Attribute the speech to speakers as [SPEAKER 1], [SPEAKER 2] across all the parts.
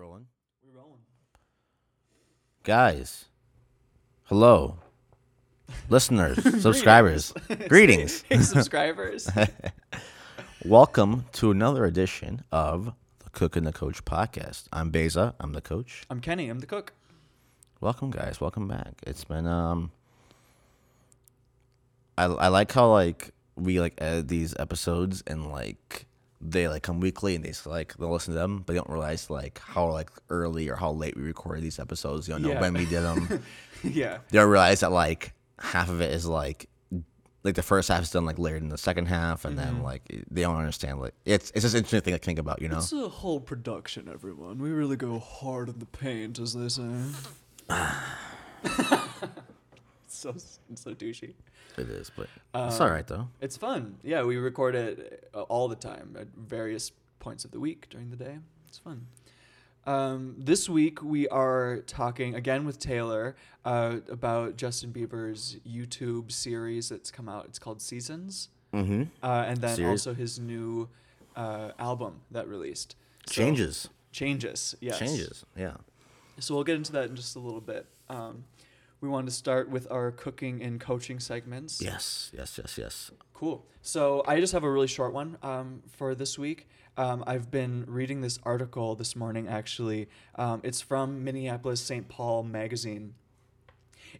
[SPEAKER 1] We're rolling.
[SPEAKER 2] guys, hello, listeners, subscribers, greetings.
[SPEAKER 1] Hey, subscribers.
[SPEAKER 2] Welcome to another edition of the Cook and the Coach podcast. I'm Beza. I'm the coach.
[SPEAKER 1] I'm Kenny. I'm the cook.
[SPEAKER 2] Welcome, guys. Welcome back. It's been um, I I like how like we like edit these episodes and like they like come weekly and they s- like they'll listen to them, but they don't realize like how like early or how late we recorded these episodes. You don't know
[SPEAKER 1] Yeah.
[SPEAKER 2] when we did them.
[SPEAKER 1] yeah.
[SPEAKER 2] they don't realize that like half of it is like like the first half is done like later in the second half and then like they don't understand like it's it's just an interesting thing to think about you know
[SPEAKER 1] It's a whole production, everyone. We really go hard in the paint, as they say. so so douchey.
[SPEAKER 2] it is but
[SPEAKER 1] Uh,
[SPEAKER 2] it's all right though
[SPEAKER 1] It's fun. Yeah, we record it uh, all the time at various points of the week during the day. It's fun. Um, this week we are talking again with Taylor uh, about Justin Bieber's YouTube series that's come out. It's called Seasons, mm-hmm. uh, and then
[SPEAKER 2] Series.
[SPEAKER 1] also his new uh, album that released. So-
[SPEAKER 2] changes
[SPEAKER 1] Changes. Yes.
[SPEAKER 2] changes yeah
[SPEAKER 1] So we'll get into that in just a little bit. Um, we wanted to start with our cooking and coaching segments.
[SPEAKER 2] yes yes yes yes
[SPEAKER 1] Cool. So I just have a really short one um, for this week. Um, I've been reading this article this morning, actually. Um, it's from Minneapolis St. Paul magazine.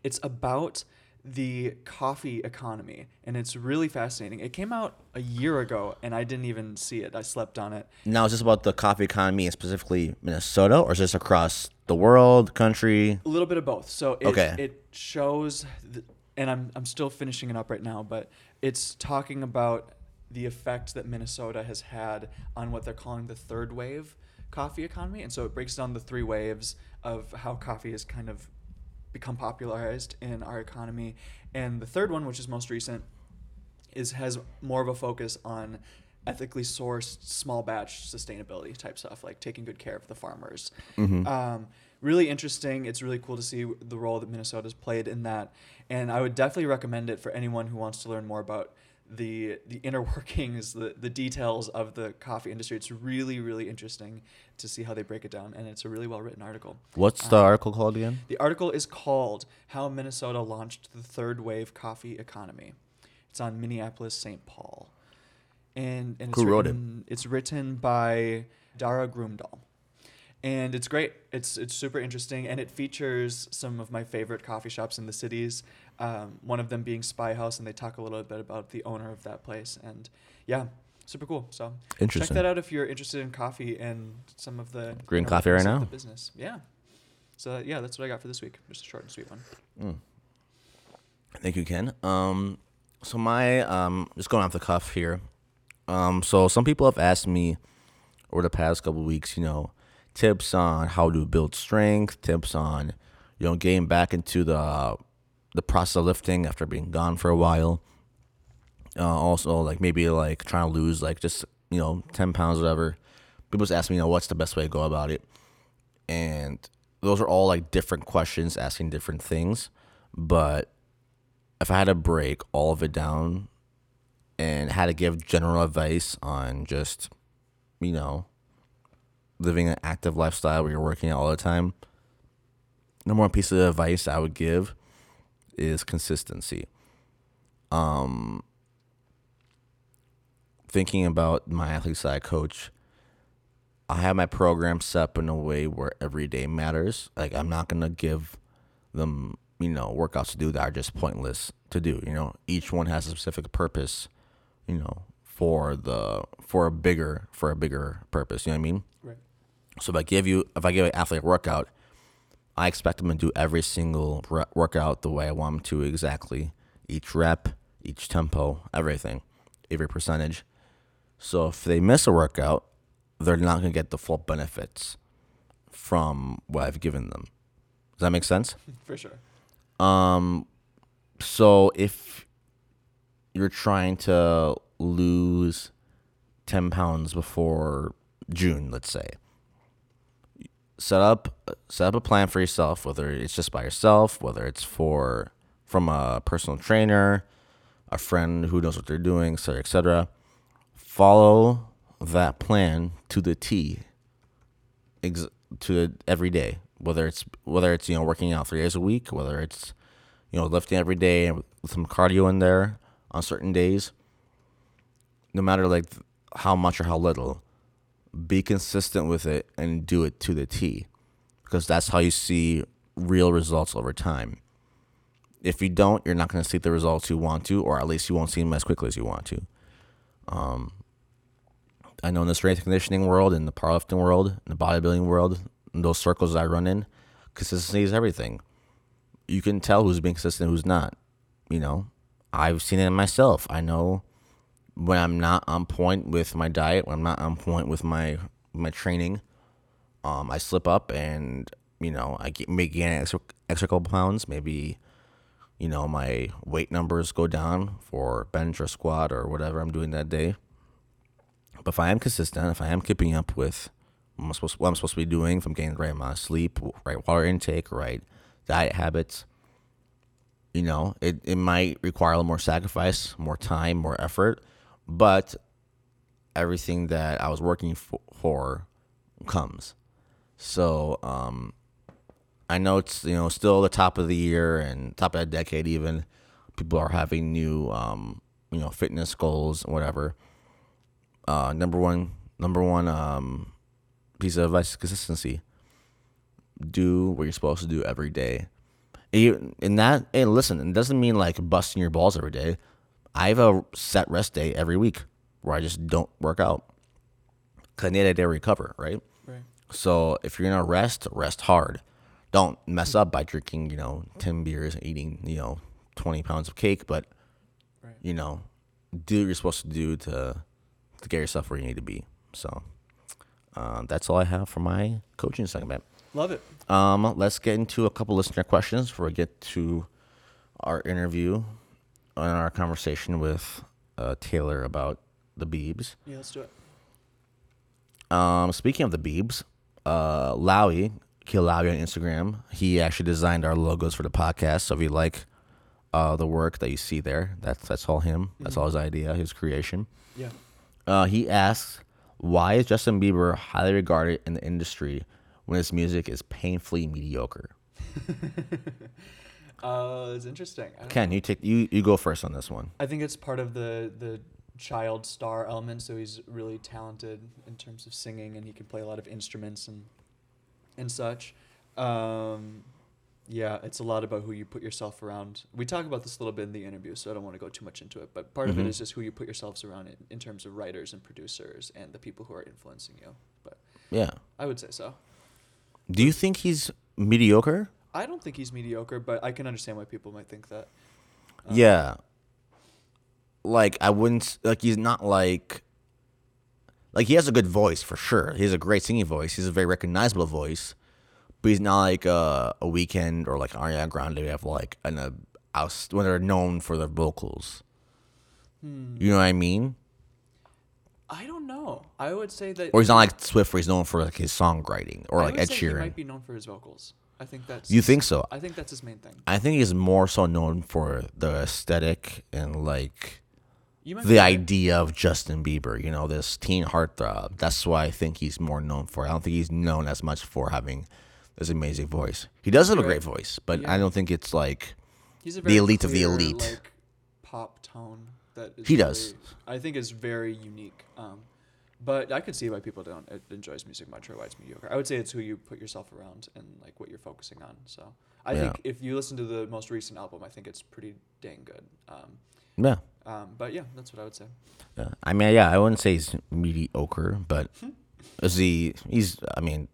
[SPEAKER 1] It's about the coffee economy, and it's really fascinating. It came out a year ago, and I didn't even see it. I slept on it.
[SPEAKER 2] now is this about the coffee economy and specifically minnesota or is this across the world country
[SPEAKER 1] A little bit of both. So it,
[SPEAKER 2] Okay.
[SPEAKER 1] it shows, th- and I'm, I'm still finishing it up right now, but it's talking about the effect that Minnesota has had on what they're calling the third wave coffee economy. And so it breaks down the three waves of how coffee has kind of become popularized in our economy. And the third one, which is most recent, is has more of a focus on ethically sourced small batch sustainability type stuff like taking good care of the farmers um, really interesting it's really cool to see the role that minnesota's played in that and i would definitely recommend it for anyone who wants to learn more about the the inner workings the, the details of the coffee industry it's really really interesting to see how they break it down and it's a really well written article
[SPEAKER 2] what's
[SPEAKER 1] Uh,
[SPEAKER 2] the article called again
[SPEAKER 1] the article is called How Minnesota Launched the Third Wave Coffee Economy. It's on Minneapolis St. Paul. And, and it's
[SPEAKER 2] Who wrote it?
[SPEAKER 1] written, it? It's written by Dara Groomdahl. And it's great. It's it's super interesting, and it features some of my favorite coffee shops in the cities. Um, one of them being Spy House, and they talk a little bit about the owner of that place. And yeah, super cool. So check
[SPEAKER 2] Interesting.
[SPEAKER 1] that out if you're interested in coffee and some of the
[SPEAKER 2] Green coffee right
[SPEAKER 1] of
[SPEAKER 2] now?
[SPEAKER 1] The business, yeah. So uh, yeah, that's what I got for this week. Just a short and sweet one.
[SPEAKER 2] Thank you, Ken. Um, so my um, just going off the cuff here. Um, so some people have asked me over the past couple weeks, you know, tips on how to build strength, tips on you know getting back into the the process of lifting after being gone for a while. Uh, also, like maybe like trying to lose like just you know ten pounds, whatever. People just ask me, you know, what's the best way to go about it, and those are all like different questions asking different things, but if I had to break all of it down and had to give general advice on just, you know, living an active lifestyle where you're working out all the time, number one piece of advice I would give is consistency. Um, thinking about my athlete side coach, I have my program set up in a way where every day matters. Like I'm not gonna give them, you know, workouts to do that are just pointless to do. You know, each one has a specific purpose, you know, for the for a bigger for a bigger purpose. You know what I mean?
[SPEAKER 1] Right.
[SPEAKER 2] So if I give you, if I give an athlete a workout, I expect them to do every single re- workout the way I want them to exactly. Each rep, each tempo, everything, every percentage. So if they miss a workout, they're not gonna get the full benefits from what I've given them. Does that make sense?
[SPEAKER 1] For sure.
[SPEAKER 2] Um, So if you're trying to lose 10 pounds before June, let's say, set up set up a plan for yourself, whether it's just by yourself, whether it's for from a personal trainer, a friend who knows what they're doing, et cetera, et cetera. Follow that plan to the T. Ex- to it every day, whether it's whether it's you know working out three days a week, whether it's you know lifting every day with some cardio in there on certain days. No matter like how much or how little, be consistent with it and do it to the T, because that's how you see real results over time. If you don't, you're not going to see the results you want to, or at least you won't see them as quickly as you want to. Um, I know in the strength and conditioning world, in the powerlifting world, in the bodybuilding world, in those circles I run in, consistency is everything. You can tell who's being consistent, who's not. You know, I've seen it myself. I know when I'm not on point with my diet, when I'm not on point with my my training, um, I slip up and you know I get, may gain extra, extra couple pounds. Maybe you know my weight numbers go down for bench or squat or whatever I'm doing that day. But if I am consistent, if I am keeping up with what I'm supposed, what I'm supposed to be doing, if I'm getting the right amount of sleep, right water intake, right diet habits, you know, it, it might require a little more sacrifice, more time, more effort, but everything that I was working for, for comes. So um, I know it's you know still the top of the year and top of the decade even. People are having new um, you know fitness goals and whatever. Uh, number one number one um, piece of advice is consistency. Do what you're supposed to do every day. And, you, and that and listen, it doesn't mean like busting your balls every day. I have a set rest day every week where I just don't work out. Cause I need a day to recover, right?
[SPEAKER 1] Right.
[SPEAKER 2] So if you're gonna rest, rest hard. Don't mess up by drinking, you know, ten beers and eating, you know, twenty pounds of cake, but
[SPEAKER 1] Right.
[SPEAKER 2] you know, do what you're supposed to do to to get yourself where you need to be. So uh, that's all I have for my coaching segment.
[SPEAKER 1] Love it.
[SPEAKER 2] Um, let's get into a couple listener questions before we get to our interview and our conversation with uh, Taylor about the Beebs.
[SPEAKER 1] Yeah, let's do it.
[SPEAKER 2] Um, speaking of the Beebs, uh, Lowy, Kill Lowy on Instagram, he actually designed our logos for the podcast. So if you like uh, the work that you see there, that's that's all him. That's all his idea, his creation.
[SPEAKER 1] Yeah.
[SPEAKER 2] Uh, he asks, why is Justin Bieber highly regarded in the industry when his music is painfully mediocre?
[SPEAKER 1] Uh, it's interesting. I, don't-
[SPEAKER 2] Ken, you take you, you go first on this one.
[SPEAKER 1] I think it's part of the the child star element. So he's really talented in terms of singing, and he can play a lot of instruments and and such. Um, yeah, it's a lot about who you put yourself around. We talk about this a little bit in the interview, so I don't want to go too much into it. But part of
[SPEAKER 2] Mhm.
[SPEAKER 1] it is just who you put yourselves around in, in terms of writers and producers and the people who are influencing you. But
[SPEAKER 2] Yeah.
[SPEAKER 1] I would say so.
[SPEAKER 2] Do you think he's mediocre?
[SPEAKER 1] I don't think he's mediocre, but I can understand why people might think that. Uh-huh.
[SPEAKER 2] yeah. Like I wouldn't s- like he's not like like he has a good voice for sure. He has a great singing voice. He's a very recognizable voice, but he's not like uh, a, a weekend or like Ariana Grande. We have like an uh, oust when they're known for their vocals.
[SPEAKER 1] Hmm.
[SPEAKER 2] You know what I mean?
[SPEAKER 1] I don't know. I would say that.
[SPEAKER 2] Or he's not like Swift, where he's known for like his songwriting or
[SPEAKER 1] I
[SPEAKER 2] like
[SPEAKER 1] would
[SPEAKER 2] Ed
[SPEAKER 1] say He
[SPEAKER 2] Sheeran.
[SPEAKER 1] might be known for his vocals. I think that's.
[SPEAKER 2] You think so?
[SPEAKER 1] I think that's his main thing.
[SPEAKER 2] I think he's more so known for the aesthetic and like
[SPEAKER 1] You might be
[SPEAKER 2] the
[SPEAKER 1] right.
[SPEAKER 2] idea of Justin Bieber, you know, this teen heartthrob. That's why I think he's more known for. I don't think he's known as much for having this amazing voice. He does have a great voice, but I don't think it's like
[SPEAKER 1] He's a
[SPEAKER 2] the elite of the elite.
[SPEAKER 1] Like, pop tone that is
[SPEAKER 2] He does.
[SPEAKER 1] really- I think is very unique. Um, but I could see why people don't uh, enjoy his music much or why it's mediocre. I would say it's who you put yourself around and like what you're focusing on. So I
[SPEAKER 2] Yeah.
[SPEAKER 1] think if you listen to the most recent album, I think it's pretty dang good. Um,
[SPEAKER 2] yeah.
[SPEAKER 1] um, but yeah, that's what I would say.
[SPEAKER 2] yeah. I mean, yeah, I wouldn't say he's mediocre, but is he he's I mean,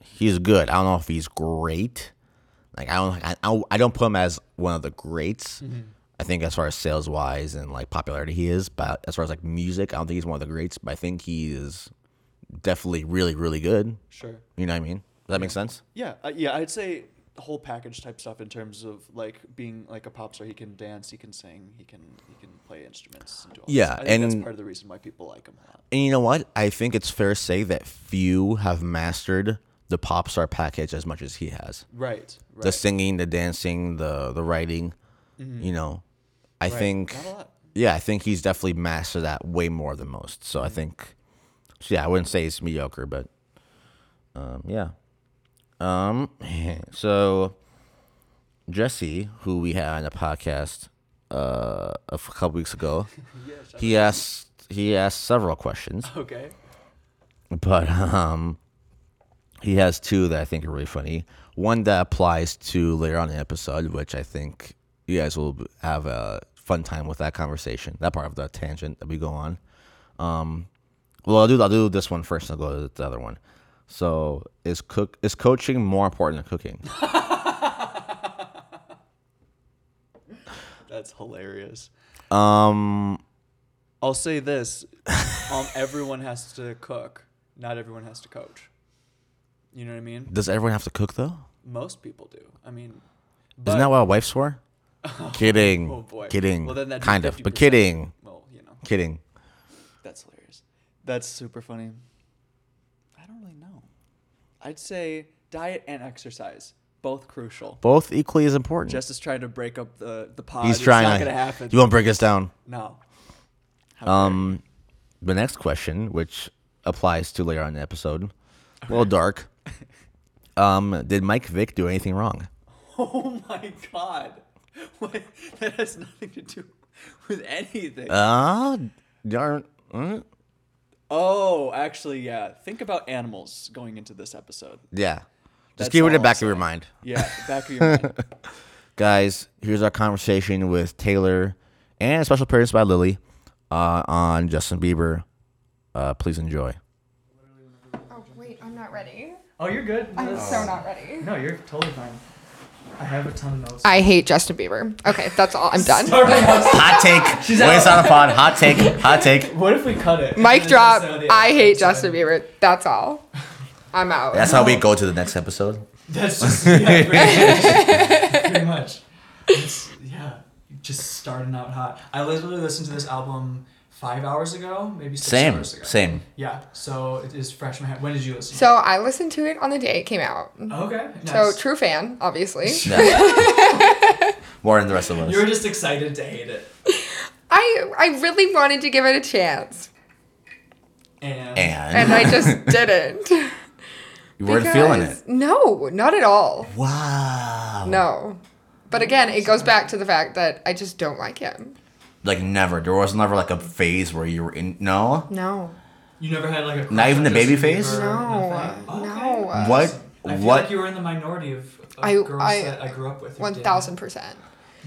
[SPEAKER 2] he's good. I don't know if he's great. Like I don't I- I, I don't put him as one of the greats. I think as far as sales wise and like popularity he is, but as far as like music, I don't think he's one of the greats, but I think he is definitely really really good.
[SPEAKER 1] Sure.
[SPEAKER 2] You know what I mean? Does that make sense?
[SPEAKER 1] Yeah, uh, yeah, I'd say the whole package type stuff in terms of like being like a pop star. He can dance, he can sing, he can he can play instruments. And do all this.
[SPEAKER 2] Yeah,
[SPEAKER 1] I think that's
[SPEAKER 2] and-
[SPEAKER 1] part of the reason why people like him a lot.
[SPEAKER 2] And you know what? I think it's fair to say that few have mastered the pop star package as much as he has.
[SPEAKER 1] Right, right. Mm-hmm.
[SPEAKER 2] the singing, the dancing, the the writing. You know, I
[SPEAKER 1] right.
[SPEAKER 2] think
[SPEAKER 1] not a lot.
[SPEAKER 2] yeah, I think he's definitely mastered that
[SPEAKER 1] Mm-hmm.
[SPEAKER 2] way more than most. So I think, so yeah, I wouldn't say he's mediocre, but Um, yeah. Um, so Jesse, who we had on the podcast uh, a f- couple weeks ago,
[SPEAKER 1] Yes.
[SPEAKER 2] he asked he asked several questions,
[SPEAKER 1] Okay.
[SPEAKER 2] but um, he has two that I think are really funny. One that applies to later on in the episode, which I think you guys will b- have a fun time with that conversation, that part of the tangent that we go on. Um, well, I'll do I'll do this one first. And I'll go to the other one. So is cook is coaching more important than cooking?
[SPEAKER 1] That's hilarious.
[SPEAKER 2] Um,
[SPEAKER 1] I'll say this: um, everyone has to cook. Not everyone has to coach. You know what I mean?
[SPEAKER 2] does everyone have to cook though?
[SPEAKER 1] Most people do. I mean,
[SPEAKER 2] Isn't that what our wife's for? kidding.
[SPEAKER 1] Oh, boy.
[SPEAKER 2] Kidding.
[SPEAKER 1] Well, then that'd be
[SPEAKER 2] kind of, but
[SPEAKER 1] 50%.
[SPEAKER 2] kidding.
[SPEAKER 1] well, you know,
[SPEAKER 2] Kidding.
[SPEAKER 1] that's hilarious. That's super funny. I don't really know. I'd say diet and exercise both crucial.
[SPEAKER 2] Both equally as important.
[SPEAKER 1] Jess is trying to break up the the pod.
[SPEAKER 2] He's
[SPEAKER 1] it's
[SPEAKER 2] trying.
[SPEAKER 1] Not
[SPEAKER 2] to-
[SPEAKER 1] gonna happen.
[SPEAKER 2] You won't break us down.
[SPEAKER 1] no. How dare
[SPEAKER 2] Um, the next question, which applies to later on in the episode, a little dark. Um, did Mike Vick do anything wrong?
[SPEAKER 1] Oh my god. What? That has nothing to do with anything.
[SPEAKER 2] Uh, darn. mm,
[SPEAKER 1] oh, actually, yeah. Think about animals going into this episode.
[SPEAKER 2] Yeah. Just
[SPEAKER 1] That's
[SPEAKER 2] keep it in the
[SPEAKER 1] all
[SPEAKER 2] back of
[SPEAKER 1] I'll
[SPEAKER 2] your
[SPEAKER 1] say.
[SPEAKER 2] mind.
[SPEAKER 1] Yeah, back of your mind.
[SPEAKER 2] Guys, here's our conversation with Taylor and a special appearance by Lily uh, on Justin Bieber. Uh, please enjoy.
[SPEAKER 3] Oh wait, I'm not ready.
[SPEAKER 1] Oh, you're good.
[SPEAKER 3] I'm so not ready.
[SPEAKER 1] No, you're totally fine. I have a ton of notes.
[SPEAKER 3] I hate Justin Bieber. Okay, that's all. I'm done.
[SPEAKER 2] Hot take. She's Waste on a pod. Hot take. Hot take.
[SPEAKER 1] What if we cut it?
[SPEAKER 3] Mic drop. I hate Justin Bieber. That's all. I'm out.
[SPEAKER 2] That's how we go to the next episode.
[SPEAKER 1] That's just yeah, pretty much. pretty much. It's, yeah, just starting out hot. I literally listened to this album five hours ago, maybe six
[SPEAKER 2] Same.
[SPEAKER 1] hours ago.
[SPEAKER 2] Same.
[SPEAKER 1] Yeah, so it is fresh in my head. When did you listen?
[SPEAKER 3] So I listened to it on the day it came out.
[SPEAKER 1] okay.
[SPEAKER 3] So
[SPEAKER 1] Nice.
[SPEAKER 3] true fan, obviously.
[SPEAKER 2] Yeah. More than the rest of us.
[SPEAKER 1] you were just excited to hate it.
[SPEAKER 3] I I really wanted to give it a chance,
[SPEAKER 1] And,
[SPEAKER 2] and,
[SPEAKER 3] and I just didn't.
[SPEAKER 2] you weren't feeling
[SPEAKER 3] Because-
[SPEAKER 2] it.
[SPEAKER 3] No, not at all.
[SPEAKER 2] Wow.
[SPEAKER 3] No. But again, it goes back to the fact that I just don't like him.
[SPEAKER 2] Like never. There was never like a phase where you were in. No.
[SPEAKER 3] No.
[SPEAKER 1] you never had like a
[SPEAKER 2] Not even the
[SPEAKER 1] crush on
[SPEAKER 2] baby
[SPEAKER 1] Justin
[SPEAKER 2] face?
[SPEAKER 1] Bieber
[SPEAKER 3] No,
[SPEAKER 1] or
[SPEAKER 3] uh,
[SPEAKER 1] nothing?
[SPEAKER 3] no.
[SPEAKER 1] Okay.
[SPEAKER 2] What?
[SPEAKER 1] I feel
[SPEAKER 2] what?
[SPEAKER 1] like you were in the minority of, of
[SPEAKER 3] I-
[SPEAKER 1] girls
[SPEAKER 3] I-
[SPEAKER 1] that I grew up with. who
[SPEAKER 3] One
[SPEAKER 1] did.
[SPEAKER 3] thousand percent.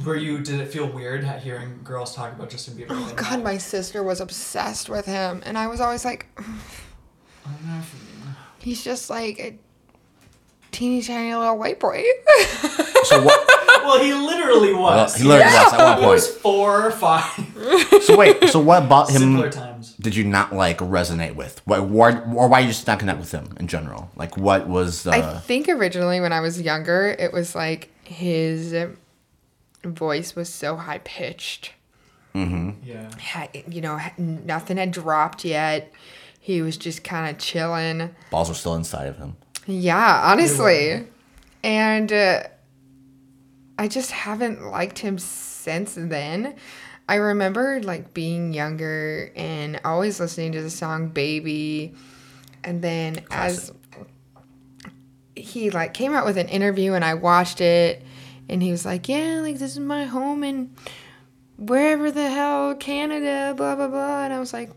[SPEAKER 1] Where you did it feel weird ha- hearing girls talk about Justin Bieber?
[SPEAKER 3] Oh God, my sister was obsessed with him, and I was always like,
[SPEAKER 1] I don't know if you-
[SPEAKER 3] he's just like a teeny tiny little white boy.
[SPEAKER 2] so what?
[SPEAKER 1] Well, he literally was.
[SPEAKER 2] he literally
[SPEAKER 3] was at
[SPEAKER 2] one
[SPEAKER 1] He was four or five.
[SPEAKER 2] So wait. So what about
[SPEAKER 1] Simpler
[SPEAKER 2] him?
[SPEAKER 1] times.
[SPEAKER 2] Did you not like resonate with? Why? Why? Or why you just not connect with him in general? Like what was uh, the?
[SPEAKER 3] I think originally when I was younger, it was like his voice was so high pitched.
[SPEAKER 1] Yeah.
[SPEAKER 3] Had, you know, had- nothing had dropped yet. He was just kind of chilling.
[SPEAKER 2] balls were still inside of him.
[SPEAKER 3] Yeah, honestly. And uh, I just haven't liked him since then. I remember like being younger and always listening to the song Baby. And then as he like came out with an interview and I watched it and he was like, "Yeah, like this is my home and wherever the hell Canada, blah blah blah." And I was like,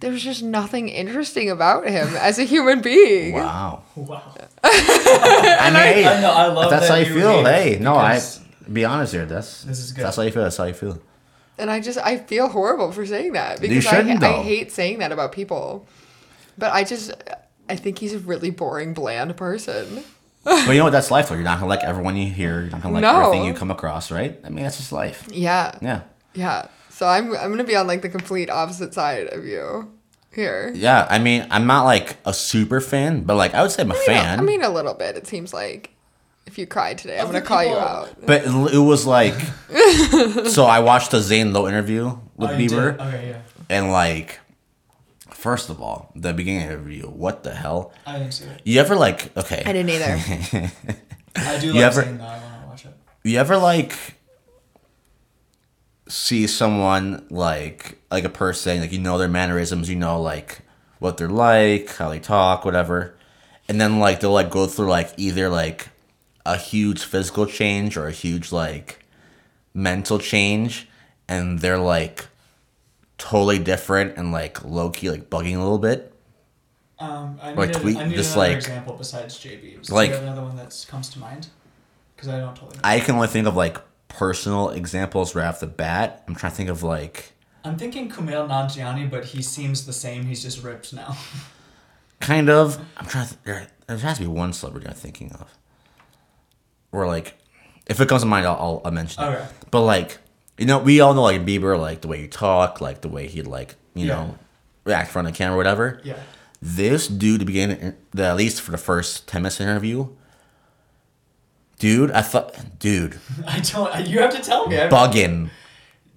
[SPEAKER 3] there's just nothing interesting about him as a human being.
[SPEAKER 2] Wow.
[SPEAKER 1] Oh, Wow.
[SPEAKER 2] I mean, hey,
[SPEAKER 1] I know, I love
[SPEAKER 2] if that's
[SPEAKER 1] that
[SPEAKER 2] how you
[SPEAKER 1] you
[SPEAKER 2] feel.
[SPEAKER 1] hate
[SPEAKER 2] Hey, no, I
[SPEAKER 1] because-
[SPEAKER 2] be honest here. That's
[SPEAKER 1] This is good.
[SPEAKER 2] That's how you feel. That's how you feel.
[SPEAKER 3] And I just I feel horrible for saying that because I,
[SPEAKER 2] shouldn't,
[SPEAKER 3] I
[SPEAKER 2] though.
[SPEAKER 3] hate saying that about people. But I just I think he's a really boring, bland person.
[SPEAKER 2] But you know what? That's life. Though you're not gonna like everyone you hear. You're not gonna like
[SPEAKER 3] No.
[SPEAKER 2] everything you come across, right? I mean, that's just life.
[SPEAKER 3] Yeah.
[SPEAKER 2] Yeah.
[SPEAKER 3] Yeah. So I'm I'm gonna be on like the complete opposite side of you here.
[SPEAKER 2] Yeah. I mean, I'm not like a super fan, but like I would say I'm a
[SPEAKER 3] You know,
[SPEAKER 2] fan.
[SPEAKER 3] I mean a little bit, it seems like. If you cried today, I'm
[SPEAKER 1] Other
[SPEAKER 3] gonna call you
[SPEAKER 1] people-
[SPEAKER 3] out.
[SPEAKER 2] but it l- it was like, so I watched the Zane Lowe interview with
[SPEAKER 1] Oh, you did?
[SPEAKER 2] Bieber,
[SPEAKER 1] Okay, yeah.
[SPEAKER 2] and like, first of all, the beginning of the interview, what the hell?
[SPEAKER 1] I didn't see it.
[SPEAKER 2] You ever like, okay,
[SPEAKER 3] I didn't either.
[SPEAKER 1] I do
[SPEAKER 2] You
[SPEAKER 1] like
[SPEAKER 2] ever-
[SPEAKER 1] saying that. I want to watch it.
[SPEAKER 2] you ever like see someone like like a person like you know their mannerisms you know like what they're like, how they talk, whatever. And then like they'll like go through like either like a huge physical change or a huge like mental change and they're like totally different and like low key like bugging a little bit.
[SPEAKER 1] Um, I need,
[SPEAKER 2] Like
[SPEAKER 1] a-
[SPEAKER 2] tweet-
[SPEAKER 1] I need
[SPEAKER 2] just
[SPEAKER 1] another
[SPEAKER 2] like-
[SPEAKER 1] example besides JB's.
[SPEAKER 2] like-
[SPEAKER 1] Do you have another one that comes to mind? Because I don't totally. Know.
[SPEAKER 2] I can only think of like personal examples right off the bat. I'm trying to think of like
[SPEAKER 1] I'm thinking Kumail Nanjiani, but he seems the same. He's just ripped now.
[SPEAKER 2] kind of. I'm trying. To, there, there has to be one celebrity I'm thinking of, or like, if it comes to mind, I'll, I'll, I'll mention it.
[SPEAKER 1] Okay.
[SPEAKER 2] But like, you know, we all know like Bieber, like the way you talk, like the way he like you
[SPEAKER 1] Yeah.
[SPEAKER 2] know react in front of the camera, or whatever.
[SPEAKER 1] yeah.
[SPEAKER 2] This dude, to begin the, at least for the first ten minutes of the interview. Dude, I thought, dude,
[SPEAKER 1] I don't. You have to tell me. I-
[SPEAKER 2] bugging.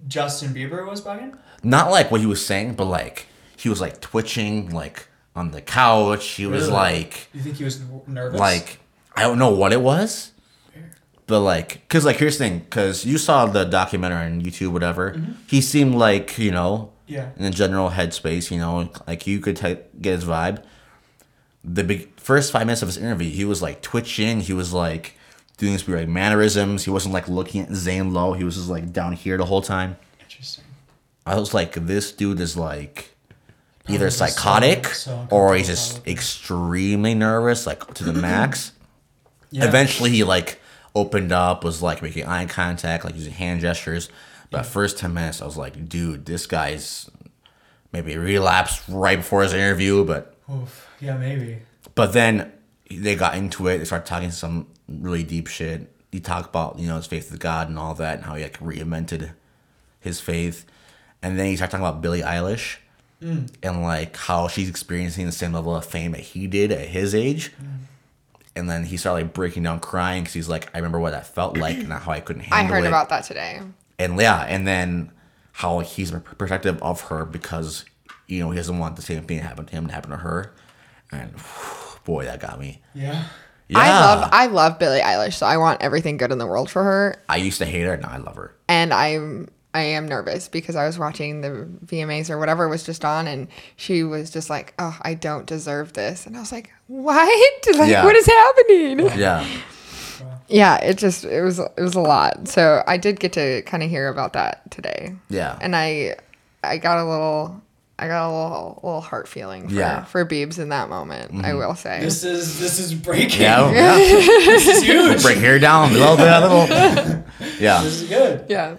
[SPEAKER 1] Justin Bieber was bugging.
[SPEAKER 2] not like what he was saying, but like he was like twitching, like on the couch. He was
[SPEAKER 1] Really?
[SPEAKER 2] like,
[SPEAKER 1] You think he was n- nervous?
[SPEAKER 2] like I don't know what it was, but like, cause like here's the thing, cause you saw the documentary on YouTube, whatever.
[SPEAKER 1] Mm-hmm.
[SPEAKER 2] He seemed like you know,
[SPEAKER 1] Yeah.
[SPEAKER 2] in the general headspace, you know, like you could t- get his vibe. The big first five minutes of his interview, he was like twitching. He was like doing his weird like, mannerisms. He wasn't like looking at Zane low. He was just like down here the whole time.
[SPEAKER 1] Interesting.
[SPEAKER 2] I was like, this dude is like either
[SPEAKER 1] Probably so-
[SPEAKER 2] psychotic
[SPEAKER 1] so
[SPEAKER 2] or he's just
[SPEAKER 1] probably.
[SPEAKER 2] extremely nervous, like to the max.
[SPEAKER 1] Yeah.
[SPEAKER 2] Eventually, he like opened up, was like making eye contact, like using hand gestures. But first ten minutes, I was like, dude, this guy's maybe relapsed right before his interview. But
[SPEAKER 1] Oof. Yeah, maybe.
[SPEAKER 2] but then they got into it. They started talking some really deep shit. He talked about you know his faith with God and all that, and how he like reinvented his faith. And then he started talking about Billie Eilish and like how she's experiencing the same level of fame that he did at his age. And then he started like breaking down crying because he's like, I remember what that felt like and how I couldn't
[SPEAKER 3] I
[SPEAKER 2] handle it
[SPEAKER 3] heard about that today.
[SPEAKER 2] and yeah, and then how he's protective of her because you know he doesn't want the same thing to happen to him to happen to her, and boy, that got me.
[SPEAKER 1] Yeah.
[SPEAKER 2] Yeah,
[SPEAKER 3] I love I love Billie Eilish, so I want everything good in the world for her.
[SPEAKER 2] I used to hate her, now I love her.
[SPEAKER 3] And I'm I am nervous because I was watching the VMAs or whatever was just on, and she was just like, "Oh, I don't deserve this," and I was like, "What? Like,
[SPEAKER 2] Yeah.
[SPEAKER 3] what is happening?"
[SPEAKER 2] Yeah,
[SPEAKER 3] Yeah, it just it was it was a lot. So I did get to kind of hear about that today.
[SPEAKER 2] Yeah.
[SPEAKER 3] and I I got a little. I got a little little heart feeling for,
[SPEAKER 2] Yeah. Mm-hmm.
[SPEAKER 3] for Biebs in that moment, I will say.
[SPEAKER 1] This is this is breaking.
[SPEAKER 2] yeah, yeah.
[SPEAKER 1] This is huge.
[SPEAKER 2] Break her down a little bit, a little. Yeah,
[SPEAKER 1] This is good.
[SPEAKER 3] yeah.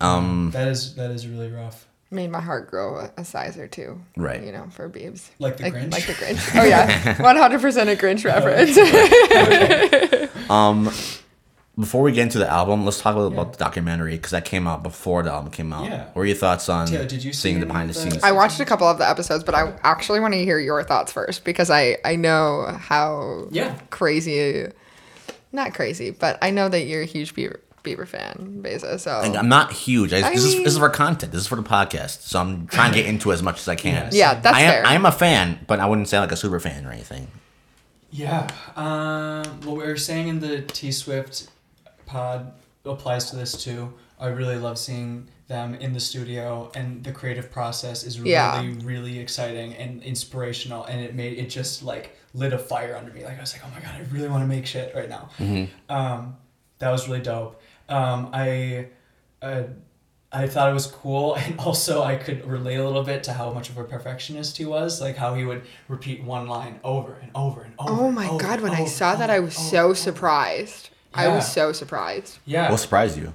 [SPEAKER 2] um,
[SPEAKER 1] That is that is really rough.
[SPEAKER 3] made my heart grow a- a size or two.
[SPEAKER 2] Right.
[SPEAKER 3] You know, for Biebs.
[SPEAKER 1] Like the Grinch?
[SPEAKER 3] Like the Grinch. Oh yeah, one hundred percent a Grinch reference.
[SPEAKER 2] um. Before we get into the album, let's talk a little about the documentary because that came out before the album came out.
[SPEAKER 1] Yeah.
[SPEAKER 2] What were your thoughts on
[SPEAKER 1] Yeah, did you see
[SPEAKER 2] seeing the
[SPEAKER 1] any
[SPEAKER 2] behind the
[SPEAKER 1] of the-
[SPEAKER 2] scenes?
[SPEAKER 3] I watched a couple of the episodes, but I actually want to hear your thoughts first because I I know how
[SPEAKER 1] Yeah.
[SPEAKER 3] crazy, not crazy, but I know that you're a huge Bieber, Bieber fan, Beza. So
[SPEAKER 2] Like, I'm not huge. I,
[SPEAKER 3] I
[SPEAKER 2] this, is, this is for
[SPEAKER 3] mean-
[SPEAKER 2] content. This is for the podcast. So I'm trying to get into it as much as I can.
[SPEAKER 1] Yes.
[SPEAKER 3] yeah, that's
[SPEAKER 2] I am,
[SPEAKER 3] fair.
[SPEAKER 2] I am a fan, but I wouldn't say like a super fan or anything.
[SPEAKER 1] Yeah. Um, what we were saying in the T Swift pod applies to this too. I really love seeing them in the studio, and the creative process is really,
[SPEAKER 3] Yeah.
[SPEAKER 1] really exciting and inspirational. And it made it just like lit a fire under me. Like I was like, oh my god, I really want to make shit right now. Um, that was really dope. Um, I. Uh, I thought it was cool, and also I could relate a little bit to how much of a perfectionist he was, like how he would repeat one line over and over and over.
[SPEAKER 3] oh
[SPEAKER 1] and
[SPEAKER 3] my
[SPEAKER 1] over
[SPEAKER 3] god,
[SPEAKER 1] and
[SPEAKER 3] when I
[SPEAKER 1] over
[SPEAKER 3] saw
[SPEAKER 1] and
[SPEAKER 3] that,
[SPEAKER 1] over
[SPEAKER 3] I was
[SPEAKER 1] and
[SPEAKER 3] so
[SPEAKER 1] over.
[SPEAKER 3] surprised. I was
[SPEAKER 1] Yeah.
[SPEAKER 3] so surprised.
[SPEAKER 1] Yeah.
[SPEAKER 2] What surprised you?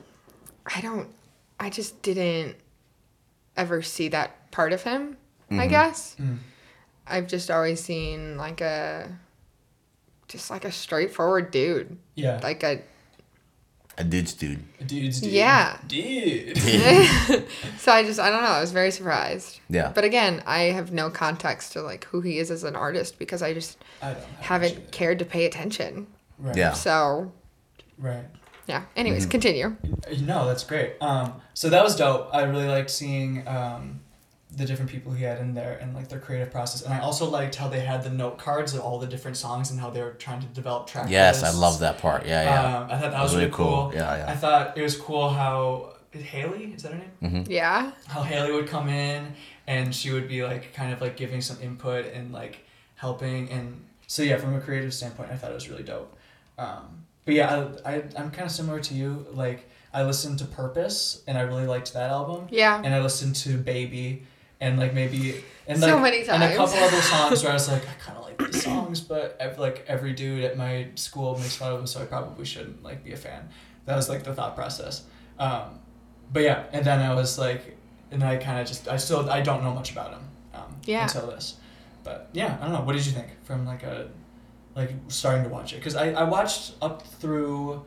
[SPEAKER 3] I don't I just didn't ever see that part of him,
[SPEAKER 2] Mm-hmm.
[SPEAKER 3] I guess.
[SPEAKER 1] Mm.
[SPEAKER 3] I've just always seen like a just like a straightforward dude.
[SPEAKER 1] yeah.
[SPEAKER 3] Like a
[SPEAKER 2] A dude's dude.
[SPEAKER 1] dudes. Dude.
[SPEAKER 3] Yeah.
[SPEAKER 1] Dude.
[SPEAKER 3] so I just I don't know, I was very surprised.
[SPEAKER 2] Yeah.
[SPEAKER 3] But again, I have no context to like who he is as an artist because I just
[SPEAKER 1] I don't know.
[SPEAKER 3] haven't cared to pay attention.
[SPEAKER 1] Right.
[SPEAKER 2] Yeah. Mm-hmm.
[SPEAKER 3] So
[SPEAKER 1] Right.
[SPEAKER 3] yeah. Anyways, continue.
[SPEAKER 1] No, that's great. Um, so that was dope. I really liked seeing um, the different people he had in there and like their creative process. And I also liked how they had the note cards of all the different songs and how they were trying to develop track.
[SPEAKER 2] Yes, I
[SPEAKER 1] lists.
[SPEAKER 2] love that part. Yeah, yeah.
[SPEAKER 1] Um, I thought that
[SPEAKER 2] was
[SPEAKER 1] was
[SPEAKER 2] really
[SPEAKER 1] really
[SPEAKER 2] cool.
[SPEAKER 1] cool.
[SPEAKER 2] Yeah, Mm. yeah.
[SPEAKER 1] I thought it was cool how Haley, is that her name?
[SPEAKER 2] Mm-hmm.
[SPEAKER 3] Yeah.
[SPEAKER 1] how Haley would come in and she would be like kind of like giving some input and like helping and so yeah from a creative standpoint I thought it was really dope um, but yeah I, I, I'm kind of similar to you like I listened to Purpose and I really liked that album
[SPEAKER 3] Yeah.
[SPEAKER 1] and I listened to Baby and like maybe and like
[SPEAKER 3] So many
[SPEAKER 1] and a
[SPEAKER 3] times.
[SPEAKER 1] couple other songs where I was like I kind of like these songs but ev- like every dude at my school makes fun of them so I probably shouldn't like be a fan that was like the thought process um, but yeah and then I was like and I kind of just I still I don't know much about him um,
[SPEAKER 3] Yeah.
[SPEAKER 1] until this but yeah I don't know what did you think from like a like starting to watch it because I, I watched up through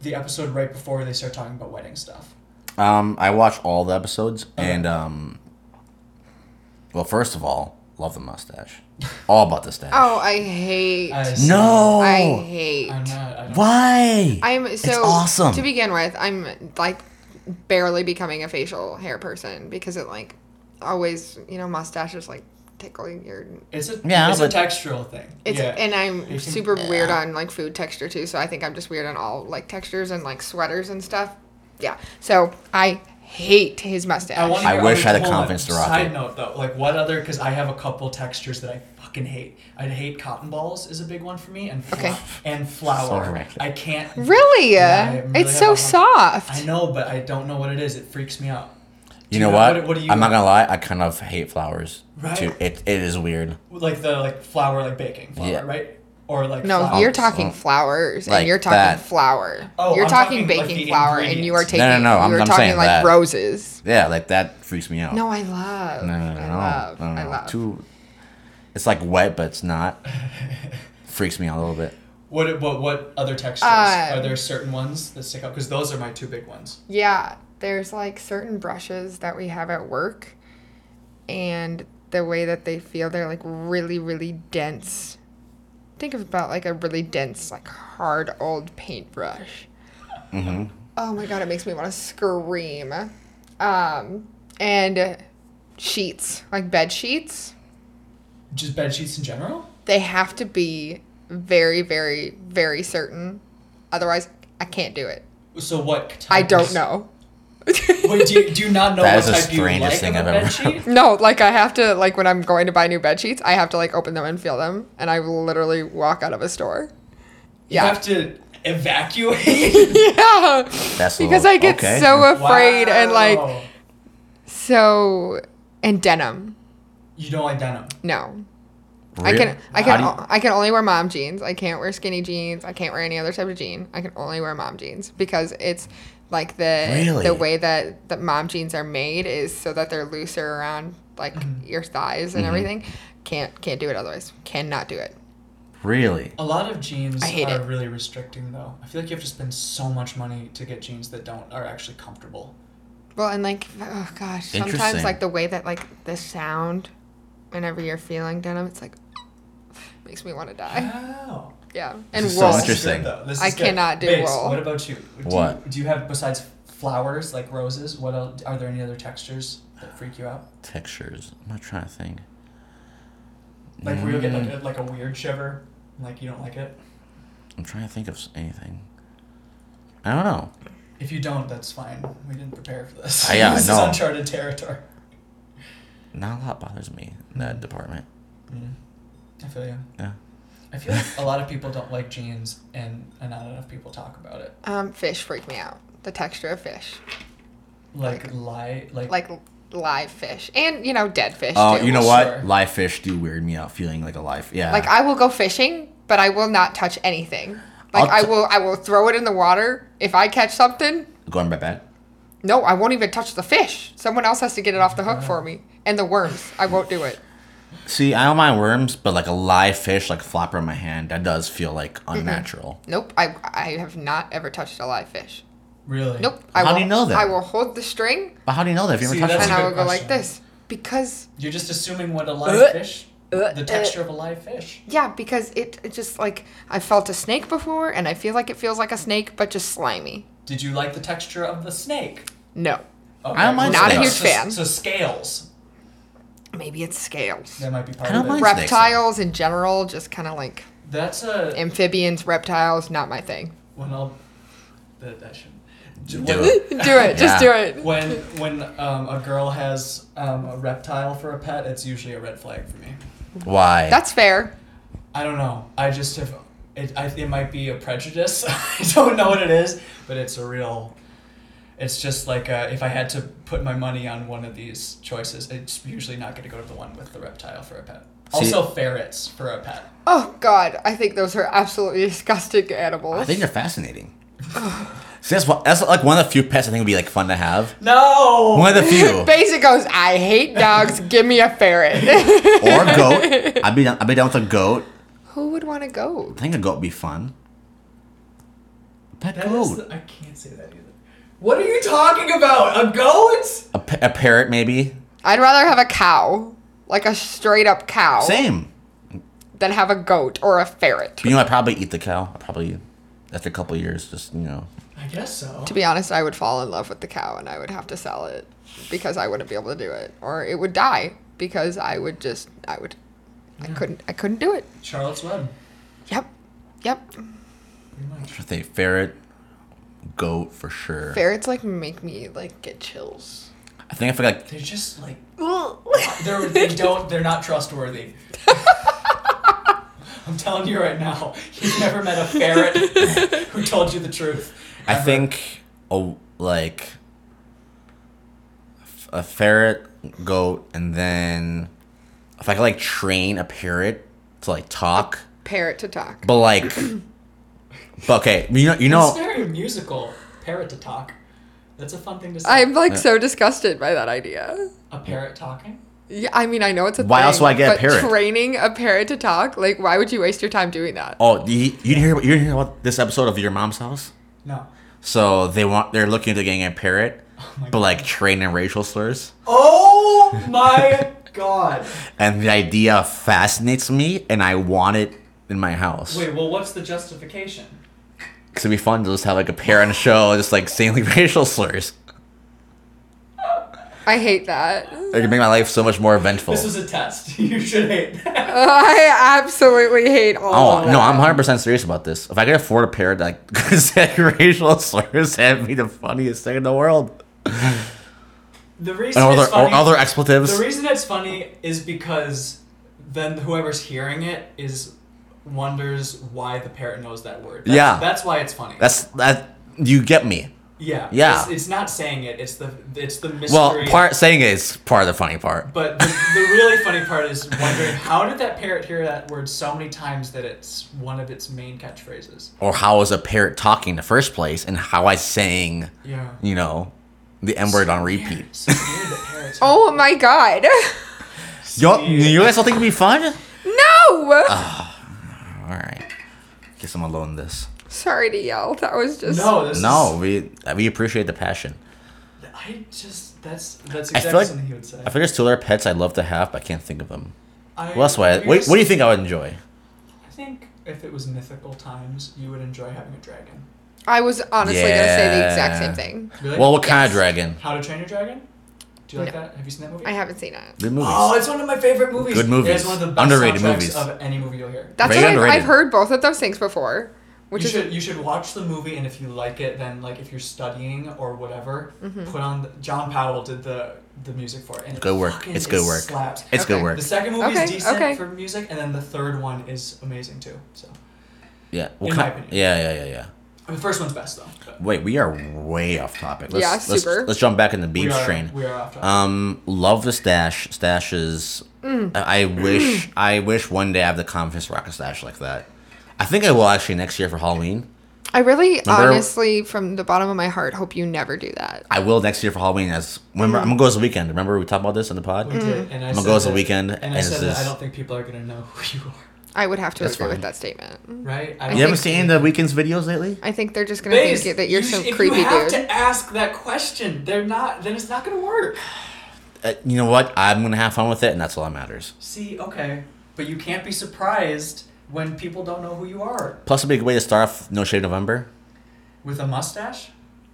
[SPEAKER 1] the episode right before they start talking about wedding stuff
[SPEAKER 2] Um, I watched all the episodes, and um, well, first of all, love the mustache. All about the stash.
[SPEAKER 3] Oh, I hate.
[SPEAKER 1] I-
[SPEAKER 2] no!
[SPEAKER 3] I hate.
[SPEAKER 1] I'm not I don't
[SPEAKER 2] Why?
[SPEAKER 3] I'm so
[SPEAKER 2] awesome.
[SPEAKER 3] To begin with, I'm like barely becoming a facial hair person because it like always, you know, mustaches like tickle your.
[SPEAKER 1] It's a
[SPEAKER 2] Yeah,
[SPEAKER 1] it's
[SPEAKER 2] but-
[SPEAKER 1] a textural thing.
[SPEAKER 3] It's
[SPEAKER 1] yeah.
[SPEAKER 3] and I'm
[SPEAKER 1] You can-
[SPEAKER 3] super weird on like food texture too, so I think I'm just weird on all like textures and like sweaters and stuff. Yeah, so I hate his mustache.
[SPEAKER 1] I, wanna
[SPEAKER 2] I
[SPEAKER 1] hear
[SPEAKER 2] wish
[SPEAKER 1] other-
[SPEAKER 2] I had the
[SPEAKER 1] hold on,
[SPEAKER 2] confidence to rock
[SPEAKER 1] Side
[SPEAKER 2] it.
[SPEAKER 1] note though, like what other? Because I have a couple textures that I fucking hate. I hate cotton balls is a big one for me, and fla-
[SPEAKER 3] Okay.
[SPEAKER 1] and flour.
[SPEAKER 2] Sorry.
[SPEAKER 1] I can't.
[SPEAKER 3] really,
[SPEAKER 1] Yeah, I really
[SPEAKER 3] it's
[SPEAKER 1] have
[SPEAKER 3] so
[SPEAKER 1] a-
[SPEAKER 3] soft.
[SPEAKER 1] I know, but I don't know what it is. It freaks me out.
[SPEAKER 2] you
[SPEAKER 1] do
[SPEAKER 2] know
[SPEAKER 1] you-
[SPEAKER 2] what?
[SPEAKER 1] what- what do you-
[SPEAKER 2] I'm not gonna lie. I kind of hate flowers
[SPEAKER 1] Right?
[SPEAKER 2] too. It it is weird.
[SPEAKER 1] Like the like flour, like baking flour,
[SPEAKER 2] Yeah.
[SPEAKER 1] right? Or like
[SPEAKER 3] No,
[SPEAKER 1] flour.
[SPEAKER 2] you're
[SPEAKER 3] you're talking
[SPEAKER 2] Oh.
[SPEAKER 3] flowers,
[SPEAKER 2] Like
[SPEAKER 3] and you're talking
[SPEAKER 2] that.
[SPEAKER 3] flour.
[SPEAKER 1] Oh,
[SPEAKER 3] you're
[SPEAKER 1] I'm
[SPEAKER 3] talking,
[SPEAKER 1] talking, like,
[SPEAKER 3] baking
[SPEAKER 1] the
[SPEAKER 3] flour, and you are
[SPEAKER 1] ingredients.
[SPEAKER 3] taking.
[SPEAKER 2] No, no, no, I'm-
[SPEAKER 3] you are
[SPEAKER 2] I'm
[SPEAKER 3] talking
[SPEAKER 2] saying
[SPEAKER 3] like
[SPEAKER 2] that.
[SPEAKER 3] roses.
[SPEAKER 2] Yeah, like that freaks me out.
[SPEAKER 3] No, I love.
[SPEAKER 2] Oh. no, no, no,
[SPEAKER 3] I
[SPEAKER 2] no,
[SPEAKER 3] love.
[SPEAKER 2] no, no,
[SPEAKER 3] I
[SPEAKER 2] no.
[SPEAKER 3] love.
[SPEAKER 2] Too. It's like wet, but it's not. freaks me out a little bit.
[SPEAKER 1] What what what other textures
[SPEAKER 3] Uh,
[SPEAKER 1] are there? Certain ones that stick out because those are my two big ones.
[SPEAKER 3] Yeah, there's like certain brushes that we have at work, and the way that they feel, they're like really, really dense. Think about like a really dense, like hard old paintbrush.
[SPEAKER 2] Mm-hmm.
[SPEAKER 3] Oh my god, it makes me want to scream. Um, and sheets, like bed sheets.
[SPEAKER 1] Just bed sheets in general.
[SPEAKER 3] they have to be very, very, very certain. Otherwise, I can't do it.
[SPEAKER 1] So what? Type
[SPEAKER 3] I don't
[SPEAKER 1] of-
[SPEAKER 3] know.
[SPEAKER 1] Wait, do you, do you not know
[SPEAKER 2] That
[SPEAKER 1] what
[SPEAKER 2] is the
[SPEAKER 1] type you like
[SPEAKER 2] strangest
[SPEAKER 1] thing
[SPEAKER 2] thing
[SPEAKER 1] of a
[SPEAKER 2] I've ever
[SPEAKER 1] bed sheet?
[SPEAKER 3] no, like I have to like when I'm going to buy new bed sheets, I have to like open them and feel them, and I will literally walk out of a store.
[SPEAKER 1] You
[SPEAKER 3] Yeah,
[SPEAKER 1] have to evacuate.
[SPEAKER 3] yeah,
[SPEAKER 2] That's a
[SPEAKER 3] because
[SPEAKER 2] little-
[SPEAKER 3] I get
[SPEAKER 2] Oh, okay.
[SPEAKER 3] so afraid and like
[SPEAKER 1] Wow.
[SPEAKER 3] so and denim.
[SPEAKER 1] you don't like denim.
[SPEAKER 3] No, I
[SPEAKER 2] Real-
[SPEAKER 3] can I
[SPEAKER 2] How
[SPEAKER 3] can
[SPEAKER 2] do you-
[SPEAKER 3] o- I can only wear mom jeans. I can't wear skinny jeans. I can't wear any other type of jean. I can only wear mom jeans because it's like the
[SPEAKER 2] Really?
[SPEAKER 3] the way that the mom jeans are made is so that they're looser around like
[SPEAKER 2] Mm-hmm.
[SPEAKER 3] your thighs and everything. Can't can't do it otherwise. Cannot do it.
[SPEAKER 2] really.
[SPEAKER 1] A lot of jeans
[SPEAKER 3] I hate
[SPEAKER 1] are
[SPEAKER 3] it.
[SPEAKER 1] really restricting, though. I feel like you have to spend so much money to get jeans that don't are actually comfortable.
[SPEAKER 3] Well, and like oh gosh, sometimes
[SPEAKER 2] Interesting.
[SPEAKER 3] like the way that like the sound whenever you're feeling denim, it's like makes me want to die.
[SPEAKER 1] Wow.
[SPEAKER 3] Yeah, and
[SPEAKER 2] is so
[SPEAKER 3] wool.
[SPEAKER 1] This is
[SPEAKER 2] interesting.
[SPEAKER 1] good, though. This
[SPEAKER 3] I
[SPEAKER 1] is good.
[SPEAKER 3] cannot do
[SPEAKER 1] Biggs,
[SPEAKER 3] wool.
[SPEAKER 1] What about you? Do
[SPEAKER 2] What?
[SPEAKER 1] You, do you have besides flowers like roses? What else, are there any other textures that freak you out?
[SPEAKER 2] Textures. I'm not trying to think. Mm,
[SPEAKER 1] Like where you get like a, like a weird shiver, like you don't like it.
[SPEAKER 2] I'm trying to think of s- anything. I don't know.
[SPEAKER 1] If you don't, that's fine. We didn't prepare for this.
[SPEAKER 2] Ah, yeah,
[SPEAKER 1] this
[SPEAKER 2] no.
[SPEAKER 1] is uncharted territory.
[SPEAKER 2] Not a lot bothers me in that department.
[SPEAKER 1] I feel you.
[SPEAKER 2] Yeah.
[SPEAKER 1] I feel like a lot of people don't like jeans, and, and not enough people talk about it.
[SPEAKER 3] Um, fish freak me out. The texture of fish.
[SPEAKER 1] Like lie, like,
[SPEAKER 3] like live fish and you know dead fish
[SPEAKER 2] Oh,
[SPEAKER 3] too.
[SPEAKER 2] you know
[SPEAKER 1] well,
[SPEAKER 2] what?
[SPEAKER 1] sure.
[SPEAKER 2] Live fish do weird me out, feeling like a live. Yeah.
[SPEAKER 3] like i will go fishing but i will not touch anything like
[SPEAKER 2] I'll
[SPEAKER 3] I
[SPEAKER 2] t-
[SPEAKER 3] will I will throw it in the water if i catch something
[SPEAKER 2] going by bed.
[SPEAKER 3] no i won't even touch the fish someone else has to get it off the hook for me and the worms i won't do it
[SPEAKER 2] See, I don't mind worms, but like a live fish, like a flapper in my hand, that does feel like unnatural.
[SPEAKER 3] nope i i have not ever touched a live fish
[SPEAKER 1] really.
[SPEAKER 3] nope I
[SPEAKER 2] How do
[SPEAKER 3] will,
[SPEAKER 2] you know that?
[SPEAKER 3] i will hold the string
[SPEAKER 2] But how do you know that if you
[SPEAKER 1] See,
[SPEAKER 2] ever touched
[SPEAKER 1] that's
[SPEAKER 3] and
[SPEAKER 2] one?
[SPEAKER 1] a
[SPEAKER 3] i
[SPEAKER 1] good
[SPEAKER 3] will go like
[SPEAKER 1] question.
[SPEAKER 3] this because
[SPEAKER 1] You're just assuming what a live
[SPEAKER 3] Uh,
[SPEAKER 1] fish,
[SPEAKER 3] uh,
[SPEAKER 1] the texture of a live fish.
[SPEAKER 3] yeah because it, it just like i felt a snake before and i feel like it feels like a snake but just slimy
[SPEAKER 1] Did you like the texture of the snake?
[SPEAKER 3] no
[SPEAKER 1] Okay,
[SPEAKER 2] I don't mind
[SPEAKER 3] Not a
[SPEAKER 1] snakes.
[SPEAKER 3] huge
[SPEAKER 1] so,
[SPEAKER 3] fan.
[SPEAKER 1] So scales,
[SPEAKER 3] maybe it's scales
[SPEAKER 1] that might be part
[SPEAKER 2] I don't
[SPEAKER 1] of it.
[SPEAKER 2] mind- snakes, though.
[SPEAKER 3] reptiles in general just kind of like
[SPEAKER 1] That's a
[SPEAKER 3] amphibians reptiles not my thing
[SPEAKER 1] well, I'll, that, that shouldn't. When,
[SPEAKER 3] do it. Just do it.
[SPEAKER 1] when, when um, a girl has um, a reptile for a pet, it's usually a red flag for me.
[SPEAKER 2] Why?
[SPEAKER 3] That's fair.
[SPEAKER 1] I don't know. I just have. It, I, it might be a prejudice. I don't know what it is, but it's a real. It's just like uh, if I had to put my money on one of these choices, it's usually not going to go to the one with the reptile for a pet.
[SPEAKER 2] See-
[SPEAKER 1] also, ferrets for a pet.
[SPEAKER 3] Oh God, I think those are absolutely disgusting animals.
[SPEAKER 2] I think they're fascinating. See, that's, one, that's like one of the few pets I think would be like fun to have.
[SPEAKER 1] No.
[SPEAKER 2] One of the few,
[SPEAKER 3] Basic goes, I hate dogs. Give me a ferret.
[SPEAKER 2] or a goat. I'd be down, I'd be down with a goat.
[SPEAKER 3] Who would want to go?
[SPEAKER 2] I think a goat would be fun. A pet
[SPEAKER 1] That
[SPEAKER 2] goat,
[SPEAKER 1] is the- I can't say that either. What are you talking about? A goat?
[SPEAKER 2] a, pa- a parrot maybe.
[SPEAKER 3] I'd rather have a cow, like a straight up cow,
[SPEAKER 2] Same.
[SPEAKER 3] than have a goat or a ferret.
[SPEAKER 2] But you know, I probably eat the cow. I probably after a couple of years, just you know.
[SPEAKER 1] I guess so.
[SPEAKER 3] To be honest, I would fall in love with the cow and I would have to sell it because I wouldn't be able to do it, or it would die because I would just, I would, I couldn't, I couldn't do it.
[SPEAKER 1] Charlotte's Web.
[SPEAKER 3] Yep, yep.
[SPEAKER 1] Pretty much.
[SPEAKER 2] I think ferret, goat for sure.
[SPEAKER 3] Ferrets like make me like get chills.
[SPEAKER 2] I think I forgot. Like,
[SPEAKER 1] They're just like
[SPEAKER 3] Ugh.
[SPEAKER 1] they're they don't they're not trustworthy. I'm telling you right now, you've never met a ferret who told you the truth.
[SPEAKER 2] I
[SPEAKER 1] ever.
[SPEAKER 2] think a like a ferret, goat, and then if I could like train a parrot to like talk,
[SPEAKER 3] Parrot to talk.
[SPEAKER 2] but like, but okay, you know, you
[SPEAKER 1] it's
[SPEAKER 2] know,
[SPEAKER 1] very musical. Parrot to talk. That's a fun thing to say.
[SPEAKER 3] I'm like so disgusted by that idea.
[SPEAKER 1] a parrot talking.
[SPEAKER 3] Yeah, I mean, I know it's a
[SPEAKER 2] Why
[SPEAKER 3] thing,
[SPEAKER 2] else would I get a
[SPEAKER 3] but
[SPEAKER 2] parrot?
[SPEAKER 3] Training a parrot to talk, like, why would you waste your time doing that?
[SPEAKER 2] oh, you, you didn't hear, you didn't hear about this episode of Your Mom's House?
[SPEAKER 1] No.
[SPEAKER 2] So they want, they're looking into getting a parrot,
[SPEAKER 1] Oh my
[SPEAKER 2] but like training racial slurs.
[SPEAKER 1] Oh my god.
[SPEAKER 2] and the idea fascinates me, and I want it in my house.
[SPEAKER 1] Wait, well what's the justification?
[SPEAKER 2] Cause it'd be fun to just have like a pair on a show, just like saying like racial slurs.
[SPEAKER 3] I hate that.
[SPEAKER 2] It could make my life so much more eventful.
[SPEAKER 1] This is a test. You should hate that.
[SPEAKER 2] Uh,
[SPEAKER 3] I absolutely hate
[SPEAKER 2] Oh
[SPEAKER 3] all of that.
[SPEAKER 2] no, I'm 100 percent serious about this. If I could afford a pair that like, said racial slurs, that'd be the funniest thing in the world.
[SPEAKER 1] The
[SPEAKER 2] And
[SPEAKER 1] reason it's
[SPEAKER 2] other or
[SPEAKER 1] funny-
[SPEAKER 2] other expletives.
[SPEAKER 1] The reason it's funny is because then whoever's hearing it is wonders why the parrot knows that word. That's,
[SPEAKER 2] Yeah.
[SPEAKER 1] that's why it's funny.
[SPEAKER 2] That's that. You get me.
[SPEAKER 1] yeah,
[SPEAKER 2] yeah.
[SPEAKER 1] It's, it's not saying it. It's the it's the mystery.
[SPEAKER 2] Well, part saying it is part of the funny part.
[SPEAKER 1] But the, the really funny part is wondering how did that parrot hear that word so many times that it's one of its main catchphrases.
[SPEAKER 2] Or how is a parrot talking in the first place, and how I sang,
[SPEAKER 1] Yeah.
[SPEAKER 2] you know, the M word on repeat.
[SPEAKER 1] So weird that parrots are
[SPEAKER 3] Oh my god.
[SPEAKER 2] Yo,
[SPEAKER 1] weird.
[SPEAKER 2] you guys don't think it'd be fun?
[SPEAKER 3] No!
[SPEAKER 2] All right. Guess I'm alone in this.
[SPEAKER 3] Sorry to yell. That was just.
[SPEAKER 1] No, this
[SPEAKER 2] No, we we appreciate the passion.
[SPEAKER 1] Is, I just that's that's
[SPEAKER 2] I feel
[SPEAKER 1] exactly
[SPEAKER 2] like-
[SPEAKER 1] something he would say.
[SPEAKER 2] I figure there's two other pets I'd love to have, but I can't think of them.
[SPEAKER 1] I,
[SPEAKER 2] Well, that's why.
[SPEAKER 1] we
[SPEAKER 2] What,
[SPEAKER 1] just-
[SPEAKER 2] what do you think I would enjoy?
[SPEAKER 1] I think if it was mythical times, you would enjoy having a dragon.
[SPEAKER 3] I was honestly going to say the exact
[SPEAKER 2] Yeah.
[SPEAKER 3] same thing.
[SPEAKER 1] Really?
[SPEAKER 2] Well, what kind of
[SPEAKER 3] Yes.
[SPEAKER 2] dragon?
[SPEAKER 1] How to Train Your Dragon? Do you like
[SPEAKER 3] No.
[SPEAKER 1] that? Have you seen that movie?
[SPEAKER 3] I haven't seen it.
[SPEAKER 2] The movies.
[SPEAKER 1] Oh, it's one of my favorite movies.
[SPEAKER 2] Good movies.
[SPEAKER 1] It is one of the best
[SPEAKER 2] Underrated
[SPEAKER 1] soundtracks
[SPEAKER 2] movies.
[SPEAKER 1] of any movie you'll hear.
[SPEAKER 3] That's
[SPEAKER 2] Very
[SPEAKER 3] what I've,
[SPEAKER 2] underrated.
[SPEAKER 3] I've heard both of those things before, which
[SPEAKER 1] you
[SPEAKER 3] is.
[SPEAKER 1] should you should watch the movie, and if you like it, then like if you're studying or whatever,
[SPEAKER 3] Mm-hmm.
[SPEAKER 1] put on the, John Powell did the the music for it. And it
[SPEAKER 2] Good work.
[SPEAKER 1] fucking
[SPEAKER 2] It's good
[SPEAKER 1] is
[SPEAKER 2] work.
[SPEAKER 1] slaps.
[SPEAKER 2] it's
[SPEAKER 3] Okay.
[SPEAKER 2] good work.
[SPEAKER 1] The second movie
[SPEAKER 3] Okay,
[SPEAKER 1] is decent
[SPEAKER 3] okay.
[SPEAKER 1] for music, and then the third one is amazing too. So
[SPEAKER 2] Yeah. What
[SPEAKER 1] in
[SPEAKER 2] ki-
[SPEAKER 1] my opinion.
[SPEAKER 2] Yeah, yeah, yeah, yeah.
[SPEAKER 1] the first one's best though. But
[SPEAKER 2] Wait, we are way off topic. Let's,
[SPEAKER 3] Yeah,
[SPEAKER 2] let's,
[SPEAKER 3] super.
[SPEAKER 2] Let's jump back in the
[SPEAKER 1] we
[SPEAKER 2] beach
[SPEAKER 1] are
[SPEAKER 2] train.
[SPEAKER 1] we are off topic.
[SPEAKER 2] Um, love the stash. Stashes. I, I wish. I wish one day I have the confidence to rock a stash like that. I think I will actually next year for Halloween.
[SPEAKER 3] I really,
[SPEAKER 2] Remember-
[SPEAKER 3] honestly, from the bottom of my heart, hope you never do that.
[SPEAKER 2] I will next year for Halloween. As remember, I'm gonna go as a weekend. Remember we talked about this on the pod.
[SPEAKER 1] we
[SPEAKER 3] Mm-hmm.
[SPEAKER 1] did, and I
[SPEAKER 2] I'ma
[SPEAKER 1] said
[SPEAKER 2] go as a
[SPEAKER 1] that-
[SPEAKER 2] weekend,
[SPEAKER 1] and, I
[SPEAKER 2] and
[SPEAKER 1] said
[SPEAKER 2] it's
[SPEAKER 1] that I
[SPEAKER 2] this.
[SPEAKER 1] don't think people are gonna know who you are,
[SPEAKER 3] I would have to
[SPEAKER 2] That's
[SPEAKER 3] agree with
[SPEAKER 2] fine.
[SPEAKER 3] that statement.
[SPEAKER 1] right? I
[SPEAKER 2] You
[SPEAKER 1] don't
[SPEAKER 2] haven't
[SPEAKER 1] think-
[SPEAKER 2] seen the weekend's videos lately?
[SPEAKER 3] I think they're just going to think
[SPEAKER 1] Baze,
[SPEAKER 3] it- that you're
[SPEAKER 1] you
[SPEAKER 3] so
[SPEAKER 1] sh- if
[SPEAKER 3] creepy,
[SPEAKER 1] you have
[SPEAKER 3] dude.
[SPEAKER 1] to ask that question, they're not. Then it's not gonna work.
[SPEAKER 2] Uh, you know what? I'm gonna have fun with it, and that's all that matters.
[SPEAKER 1] See, okay, but you can't be surprised when people don't know who you are
[SPEAKER 2] Plus, a big way to start off No Shave November.
[SPEAKER 1] with a mustache.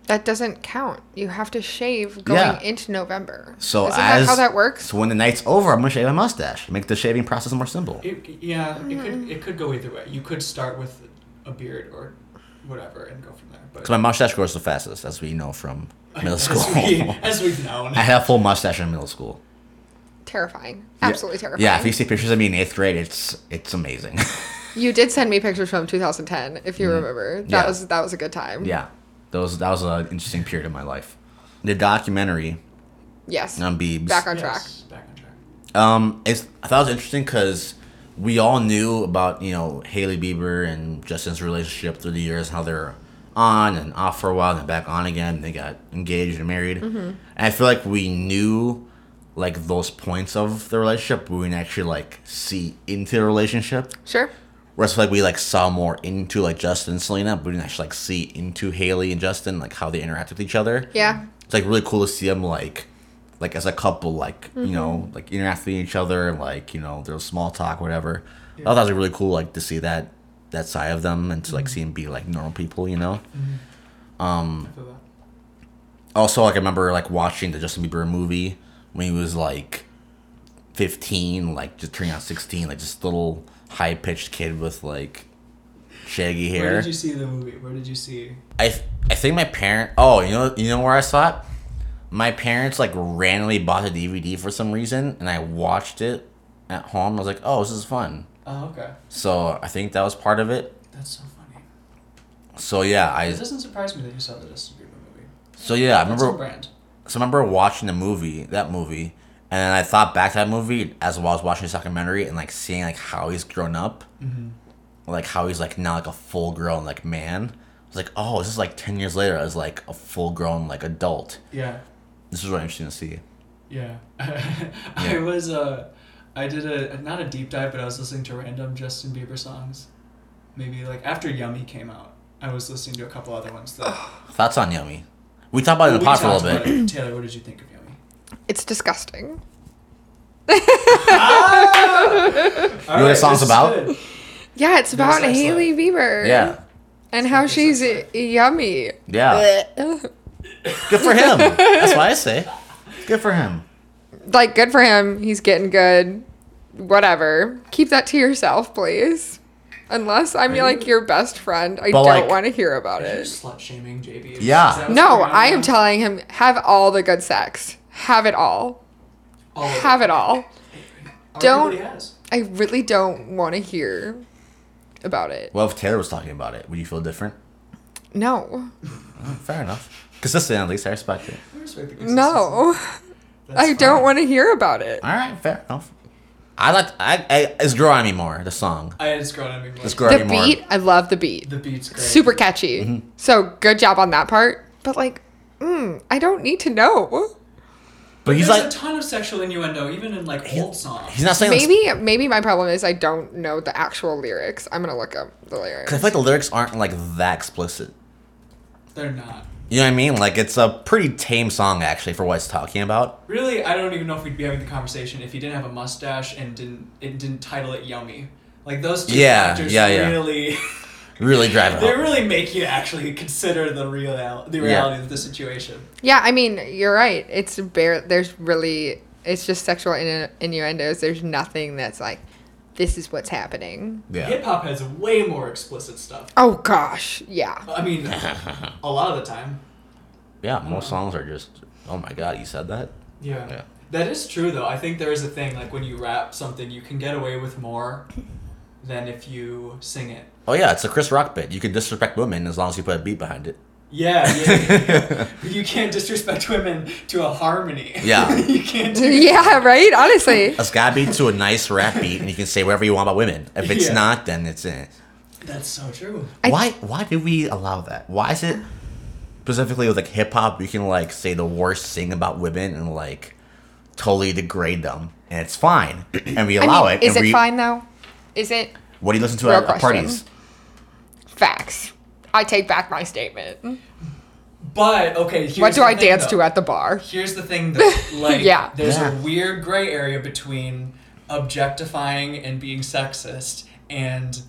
[SPEAKER 3] That doesn't count. You have to shave going
[SPEAKER 2] Yeah.
[SPEAKER 3] into November.
[SPEAKER 2] So
[SPEAKER 3] Isn't
[SPEAKER 2] as
[SPEAKER 3] that how that works?
[SPEAKER 2] So when the night's over, I'm gonna shave my mustache. Make the shaving process more simple.
[SPEAKER 3] Mm-hmm.
[SPEAKER 1] It, yeah, it could it could go either way. You could start with a beard or whatever and go from there. But
[SPEAKER 2] Because my mustache grows the fastest, as we know from middle school.
[SPEAKER 1] As, we, as we've known.
[SPEAKER 2] I had a full mustache in middle school.
[SPEAKER 3] Terrifying.
[SPEAKER 2] Yeah.
[SPEAKER 3] Absolutely terrifying.
[SPEAKER 2] Yeah, if you see pictures of me in eighth grade, it's it's amazing.
[SPEAKER 3] You did send me pictures from 2010, if you remember. That
[SPEAKER 2] Mm-hmm. Yeah.
[SPEAKER 3] was that was a good time.
[SPEAKER 2] yeah, that was that was an interesting period of my life. The documentary
[SPEAKER 3] Yes.
[SPEAKER 2] on Beebs.
[SPEAKER 3] Back on track.
[SPEAKER 1] Yes, back on track.
[SPEAKER 2] Um, it's I thought it was interesting because we all knew about you know Haley Bieber and Justin's relationship through the years, how they're on and off for a while, and then back on again. They got engaged and married, and I feel like we knew like those points of the relationship, but we didn't actually like see into the relationship.
[SPEAKER 3] Sure.
[SPEAKER 2] Whereas like we like saw more into like Justin and Selena, but we didn't actually like see into Haley and Justin, like how they interact with each other
[SPEAKER 3] Yeah.
[SPEAKER 2] it's like really cool to see them like like as a couple like you
[SPEAKER 1] Mm-hmm.
[SPEAKER 2] know like interacting with each other and like you know their small talk whatever i thought it was really cool like to see that that side of them and to
[SPEAKER 1] Mm-hmm.
[SPEAKER 2] like see them be like normal people you know
[SPEAKER 1] I feel that.
[SPEAKER 2] also like i remember like watching the justin bieber movie when he was like 15 like just turning out 16 like just little high-pitched kid with like shaggy hair
[SPEAKER 1] Where did you see the movie? Where did you see?
[SPEAKER 2] I th- I think my parent. Oh, you know you know where I saw it. My parents like randomly bought a DVD for some reason, and I watched it at home. I was like, oh, this is fun.
[SPEAKER 1] Oh, okay.
[SPEAKER 2] So I think that was part of it.
[SPEAKER 1] That's so funny.
[SPEAKER 2] So yeah, I
[SPEAKER 1] It doesn't surprise me that you saw the Justin Bieber movie.
[SPEAKER 2] so yeah I
[SPEAKER 1] That's on
[SPEAKER 2] remember
[SPEAKER 1] brand.
[SPEAKER 2] so I remember watching the movie that movie, and then I thought back to that movie as well as watching this documentary and like seeing like how he's grown up,
[SPEAKER 1] Mm-hmm.
[SPEAKER 2] like how he's like now like a full grown like man. I was like, oh, this is like ten years later. I was like a full grown like adult.
[SPEAKER 1] Yeah.
[SPEAKER 2] This is really interesting to see.
[SPEAKER 1] Yeah. I
[SPEAKER 2] Yeah.
[SPEAKER 1] was uh I did a not a deep dive, but I was listening to random Justin Bieber songs. Maybe like after Yummy came out, I was listening to a couple other ones that
[SPEAKER 2] Thoughts on Yummy? We talked about it in
[SPEAKER 1] We
[SPEAKER 2] the pot for a
[SPEAKER 1] talked
[SPEAKER 2] little
[SPEAKER 1] about
[SPEAKER 2] bit.
[SPEAKER 1] it. Taylor, what did you think of Yummy?
[SPEAKER 3] It's disgusting.
[SPEAKER 1] All
[SPEAKER 2] know what the song's
[SPEAKER 1] this is
[SPEAKER 2] about?
[SPEAKER 1] good.
[SPEAKER 3] Yeah, it's about
[SPEAKER 1] sex
[SPEAKER 3] Haley Bieber.
[SPEAKER 2] Yeah.
[SPEAKER 3] And how
[SPEAKER 1] There's
[SPEAKER 3] she's
[SPEAKER 1] sex
[SPEAKER 3] yummy.
[SPEAKER 2] Yeah. Good for him. That's what I say. Good for him.
[SPEAKER 3] like good for him. He's getting good. Whatever. Keep that to yourself, please. Unless I'm like your best friend, I
[SPEAKER 2] But,
[SPEAKER 3] don't
[SPEAKER 2] like-
[SPEAKER 3] want to hear about
[SPEAKER 1] You're
[SPEAKER 3] it.
[SPEAKER 1] slut shaming JB. Is
[SPEAKER 2] Yeah.
[SPEAKER 1] that what's
[SPEAKER 3] No,
[SPEAKER 1] going
[SPEAKER 3] I am
[SPEAKER 1] on?
[SPEAKER 3] telling him have all the good sex. Have it all.
[SPEAKER 1] All of
[SPEAKER 3] Have it all.
[SPEAKER 1] Oh, Everybody
[SPEAKER 3] don't-
[SPEAKER 1] has.
[SPEAKER 3] I really don't want to hear about it.
[SPEAKER 2] Well, if Taylor was talking about it, would you feel different?
[SPEAKER 3] No.
[SPEAKER 2] Fair enough. Consistent, at least. I respect it.
[SPEAKER 1] I respect the consistency.
[SPEAKER 3] No.
[SPEAKER 1] That's
[SPEAKER 3] I don't
[SPEAKER 1] fine.
[SPEAKER 3] want to hear about it.
[SPEAKER 2] All right. Fair enough. I like. I, I it's growing on me more. The song.
[SPEAKER 1] I had scrolled on me. more.
[SPEAKER 2] It's growing
[SPEAKER 3] The
[SPEAKER 2] on me more.
[SPEAKER 3] beat, I love the beat.
[SPEAKER 1] The Mm-hmm. beat's great.
[SPEAKER 3] Super catchy. So good job on that part. But like, mm, I don't need to know.
[SPEAKER 2] But he's
[SPEAKER 1] There's
[SPEAKER 2] like.
[SPEAKER 1] a ton of sexual innuendo, even in like old songs.
[SPEAKER 2] He's not saying. Maybe.
[SPEAKER 3] Maybe maybe my problem is I don't know the actual lyrics. I'm gonna look up the lyrics.
[SPEAKER 2] I feel like the lyrics aren't like that explicit.
[SPEAKER 1] They're not.
[SPEAKER 2] You know what I mean? Like it's a pretty tame song actually for what it's talking about.
[SPEAKER 1] Really, I don't even know if we'd be having the conversation if he didn't have a mustache and didn't it didn't title it "Yummy." Like those two
[SPEAKER 2] Yeah,
[SPEAKER 1] actors
[SPEAKER 2] yeah, yeah.
[SPEAKER 1] really,
[SPEAKER 2] Really driving.
[SPEAKER 1] they really make you actually consider the real the reality of the situation.
[SPEAKER 3] Yeah, I mean you're right. It's bare. There's really it's just sexual innu- innuendos. There's nothing that's like this is what's happening.
[SPEAKER 1] Hip hop has way more explicit stuff.
[SPEAKER 3] Oh gosh, yeah.
[SPEAKER 1] I mean, a lot of the time.
[SPEAKER 2] Yeah, most songs are just, oh my god, you said that?
[SPEAKER 1] Yeah.
[SPEAKER 2] Yeah.
[SPEAKER 1] That is true though. I think there is a thing like when you rap something, you can get away with more than if you sing it.
[SPEAKER 2] Oh yeah, it's a Chris Rock bit. You can disrespect women as long as you put a beat behind it.
[SPEAKER 1] Yeah, yeah, yeah. But you can't disrespect women to a harmony.
[SPEAKER 2] Yeah.
[SPEAKER 1] you can't do
[SPEAKER 3] Yeah, right. Honestly,
[SPEAKER 2] A ska beat to a nice rap beat, and you can say whatever you want about women. If it's
[SPEAKER 1] Yeah.
[SPEAKER 2] not, then it's in.
[SPEAKER 1] That's so true.
[SPEAKER 3] I-
[SPEAKER 2] Why? Why do we allow that? Why is it specifically with like hip hop? You can like say the worst thing about women and like totally degrade them, and it's fine, and we
[SPEAKER 3] I
[SPEAKER 2] allow
[SPEAKER 3] mean,
[SPEAKER 2] it.
[SPEAKER 3] is
[SPEAKER 2] and
[SPEAKER 3] it
[SPEAKER 2] we,
[SPEAKER 3] fine though? Is it
[SPEAKER 2] What do you listen to
[SPEAKER 3] Real
[SPEAKER 2] at, at
[SPEAKER 3] question.
[SPEAKER 2] parties?
[SPEAKER 3] facts? I take back my statement.
[SPEAKER 1] But okay, here's
[SPEAKER 3] What do
[SPEAKER 1] the
[SPEAKER 3] I
[SPEAKER 1] thing,
[SPEAKER 3] dance
[SPEAKER 1] though.
[SPEAKER 3] to at the bar?
[SPEAKER 1] Here's the thing though. Like
[SPEAKER 3] Yeah.
[SPEAKER 1] there's
[SPEAKER 2] Yeah.
[SPEAKER 1] a weird gray area between objectifying and being sexist and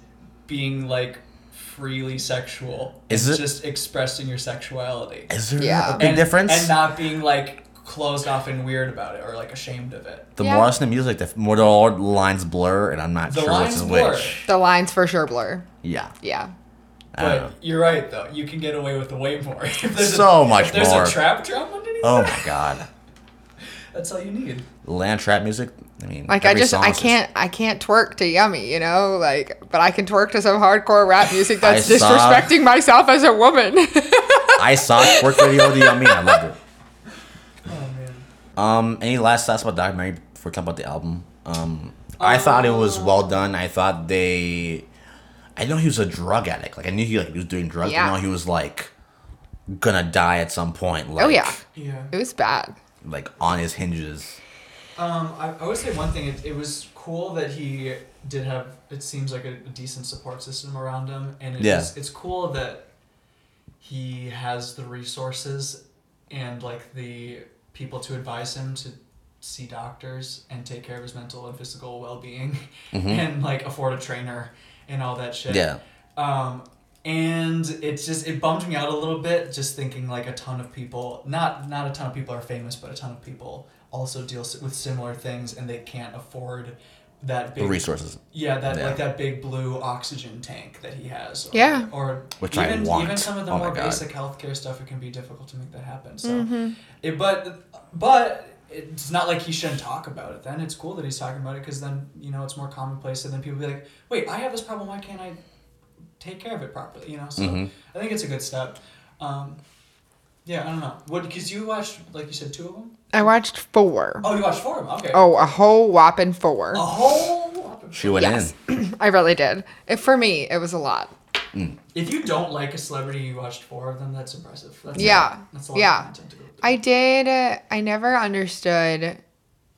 [SPEAKER 1] being like freely sexual.
[SPEAKER 2] Is
[SPEAKER 1] and
[SPEAKER 2] it-
[SPEAKER 1] just expressing your sexuality.
[SPEAKER 2] Is there
[SPEAKER 3] Yeah.
[SPEAKER 2] a big
[SPEAKER 1] and,
[SPEAKER 2] difference?
[SPEAKER 1] And not being like closed off and weird about it or like ashamed of it.
[SPEAKER 2] the
[SPEAKER 3] Yeah.
[SPEAKER 2] more I listen to music, the more the lines blur, and I'm not
[SPEAKER 1] The
[SPEAKER 2] sure which
[SPEAKER 1] lines
[SPEAKER 2] is
[SPEAKER 1] blur.
[SPEAKER 2] which.
[SPEAKER 3] The lines for sure blur.
[SPEAKER 2] Yeah.
[SPEAKER 3] Yeah.
[SPEAKER 2] I don't know.
[SPEAKER 1] But you're right though. You can get away with way more. If there's
[SPEAKER 2] Uh, So
[SPEAKER 1] a,
[SPEAKER 2] much
[SPEAKER 1] if there's
[SPEAKER 2] more.
[SPEAKER 1] a trap drum underneath.
[SPEAKER 2] Oh
[SPEAKER 1] that,
[SPEAKER 2] my god,
[SPEAKER 1] That's all you need.
[SPEAKER 2] land trap music. I mean,
[SPEAKER 3] Like
[SPEAKER 2] every
[SPEAKER 3] I just
[SPEAKER 2] song
[SPEAKER 3] I
[SPEAKER 2] is just-
[SPEAKER 3] can't I can't twerk to yummy, you know, like but I can twerk to some hardcore rap music that's
[SPEAKER 2] I saw-
[SPEAKER 3] disrespecting myself as a woman.
[SPEAKER 2] I saw a work video with the yummy. I loved it.
[SPEAKER 1] Oh man.
[SPEAKER 2] Um, any last thoughts about documentary before we talk about the album? Um, I thought it was well done. I thought they. I know he was a drug addict. Like I knew he like he was doing drugs.
[SPEAKER 3] Yeah.
[SPEAKER 2] I know he was like gonna die at some point. Like,
[SPEAKER 3] oh yeah.
[SPEAKER 1] Yeah.
[SPEAKER 3] It was bad.
[SPEAKER 2] like on his hinges.
[SPEAKER 1] Um, I, I would say one thing. It, it was cool that he did have. It seems like a, decent support system around him, and it's
[SPEAKER 2] Yeah.
[SPEAKER 1] it's cool that he has the resources and like the people to advise him to see doctors and take care of his mental and physical well being, and like afford a trainer and all that shit.
[SPEAKER 2] Mm-hmm. Yeah.
[SPEAKER 1] Um, and it's just it bummed me out a little bit just thinking like a ton of people not not a ton of people are famous but a ton of people also deal s- with similar things and they can't afford that
[SPEAKER 2] The
[SPEAKER 1] big
[SPEAKER 2] resources.
[SPEAKER 1] yeah that
[SPEAKER 2] Yeah.
[SPEAKER 1] like that big blue oxygen tank that he has or,
[SPEAKER 3] Yeah.
[SPEAKER 1] or
[SPEAKER 2] Which I
[SPEAKER 1] even,
[SPEAKER 2] want.
[SPEAKER 1] even some of the
[SPEAKER 2] Oh my
[SPEAKER 1] more
[SPEAKER 2] God.
[SPEAKER 1] basic healthcare stuff it can be difficult to make that happen so
[SPEAKER 3] Mm-hmm.
[SPEAKER 1] it, but but it's not like he shouldn't talk about it then it's cool that he's talking about it because then you know it's more commonplace and then people be like wait i have this problem why can't i take care of it properly you know so
[SPEAKER 2] Mm-hmm.
[SPEAKER 1] i think it's a good step um, yeah i don't know what because you watched like you said two of them
[SPEAKER 3] I watched four.
[SPEAKER 1] oh you watched four of them okay
[SPEAKER 3] Oh, a whole whopping four.
[SPEAKER 1] a whole
[SPEAKER 2] She went
[SPEAKER 3] Yes.
[SPEAKER 2] in.
[SPEAKER 3] I really did. It, for me, it was a lot.
[SPEAKER 1] If you don't like a celebrity, you watched four of them. That's impressive. That's
[SPEAKER 3] Yeah.
[SPEAKER 1] that's a lot
[SPEAKER 3] Yeah.
[SPEAKER 1] of content to go through.
[SPEAKER 3] I did. uh, I never understood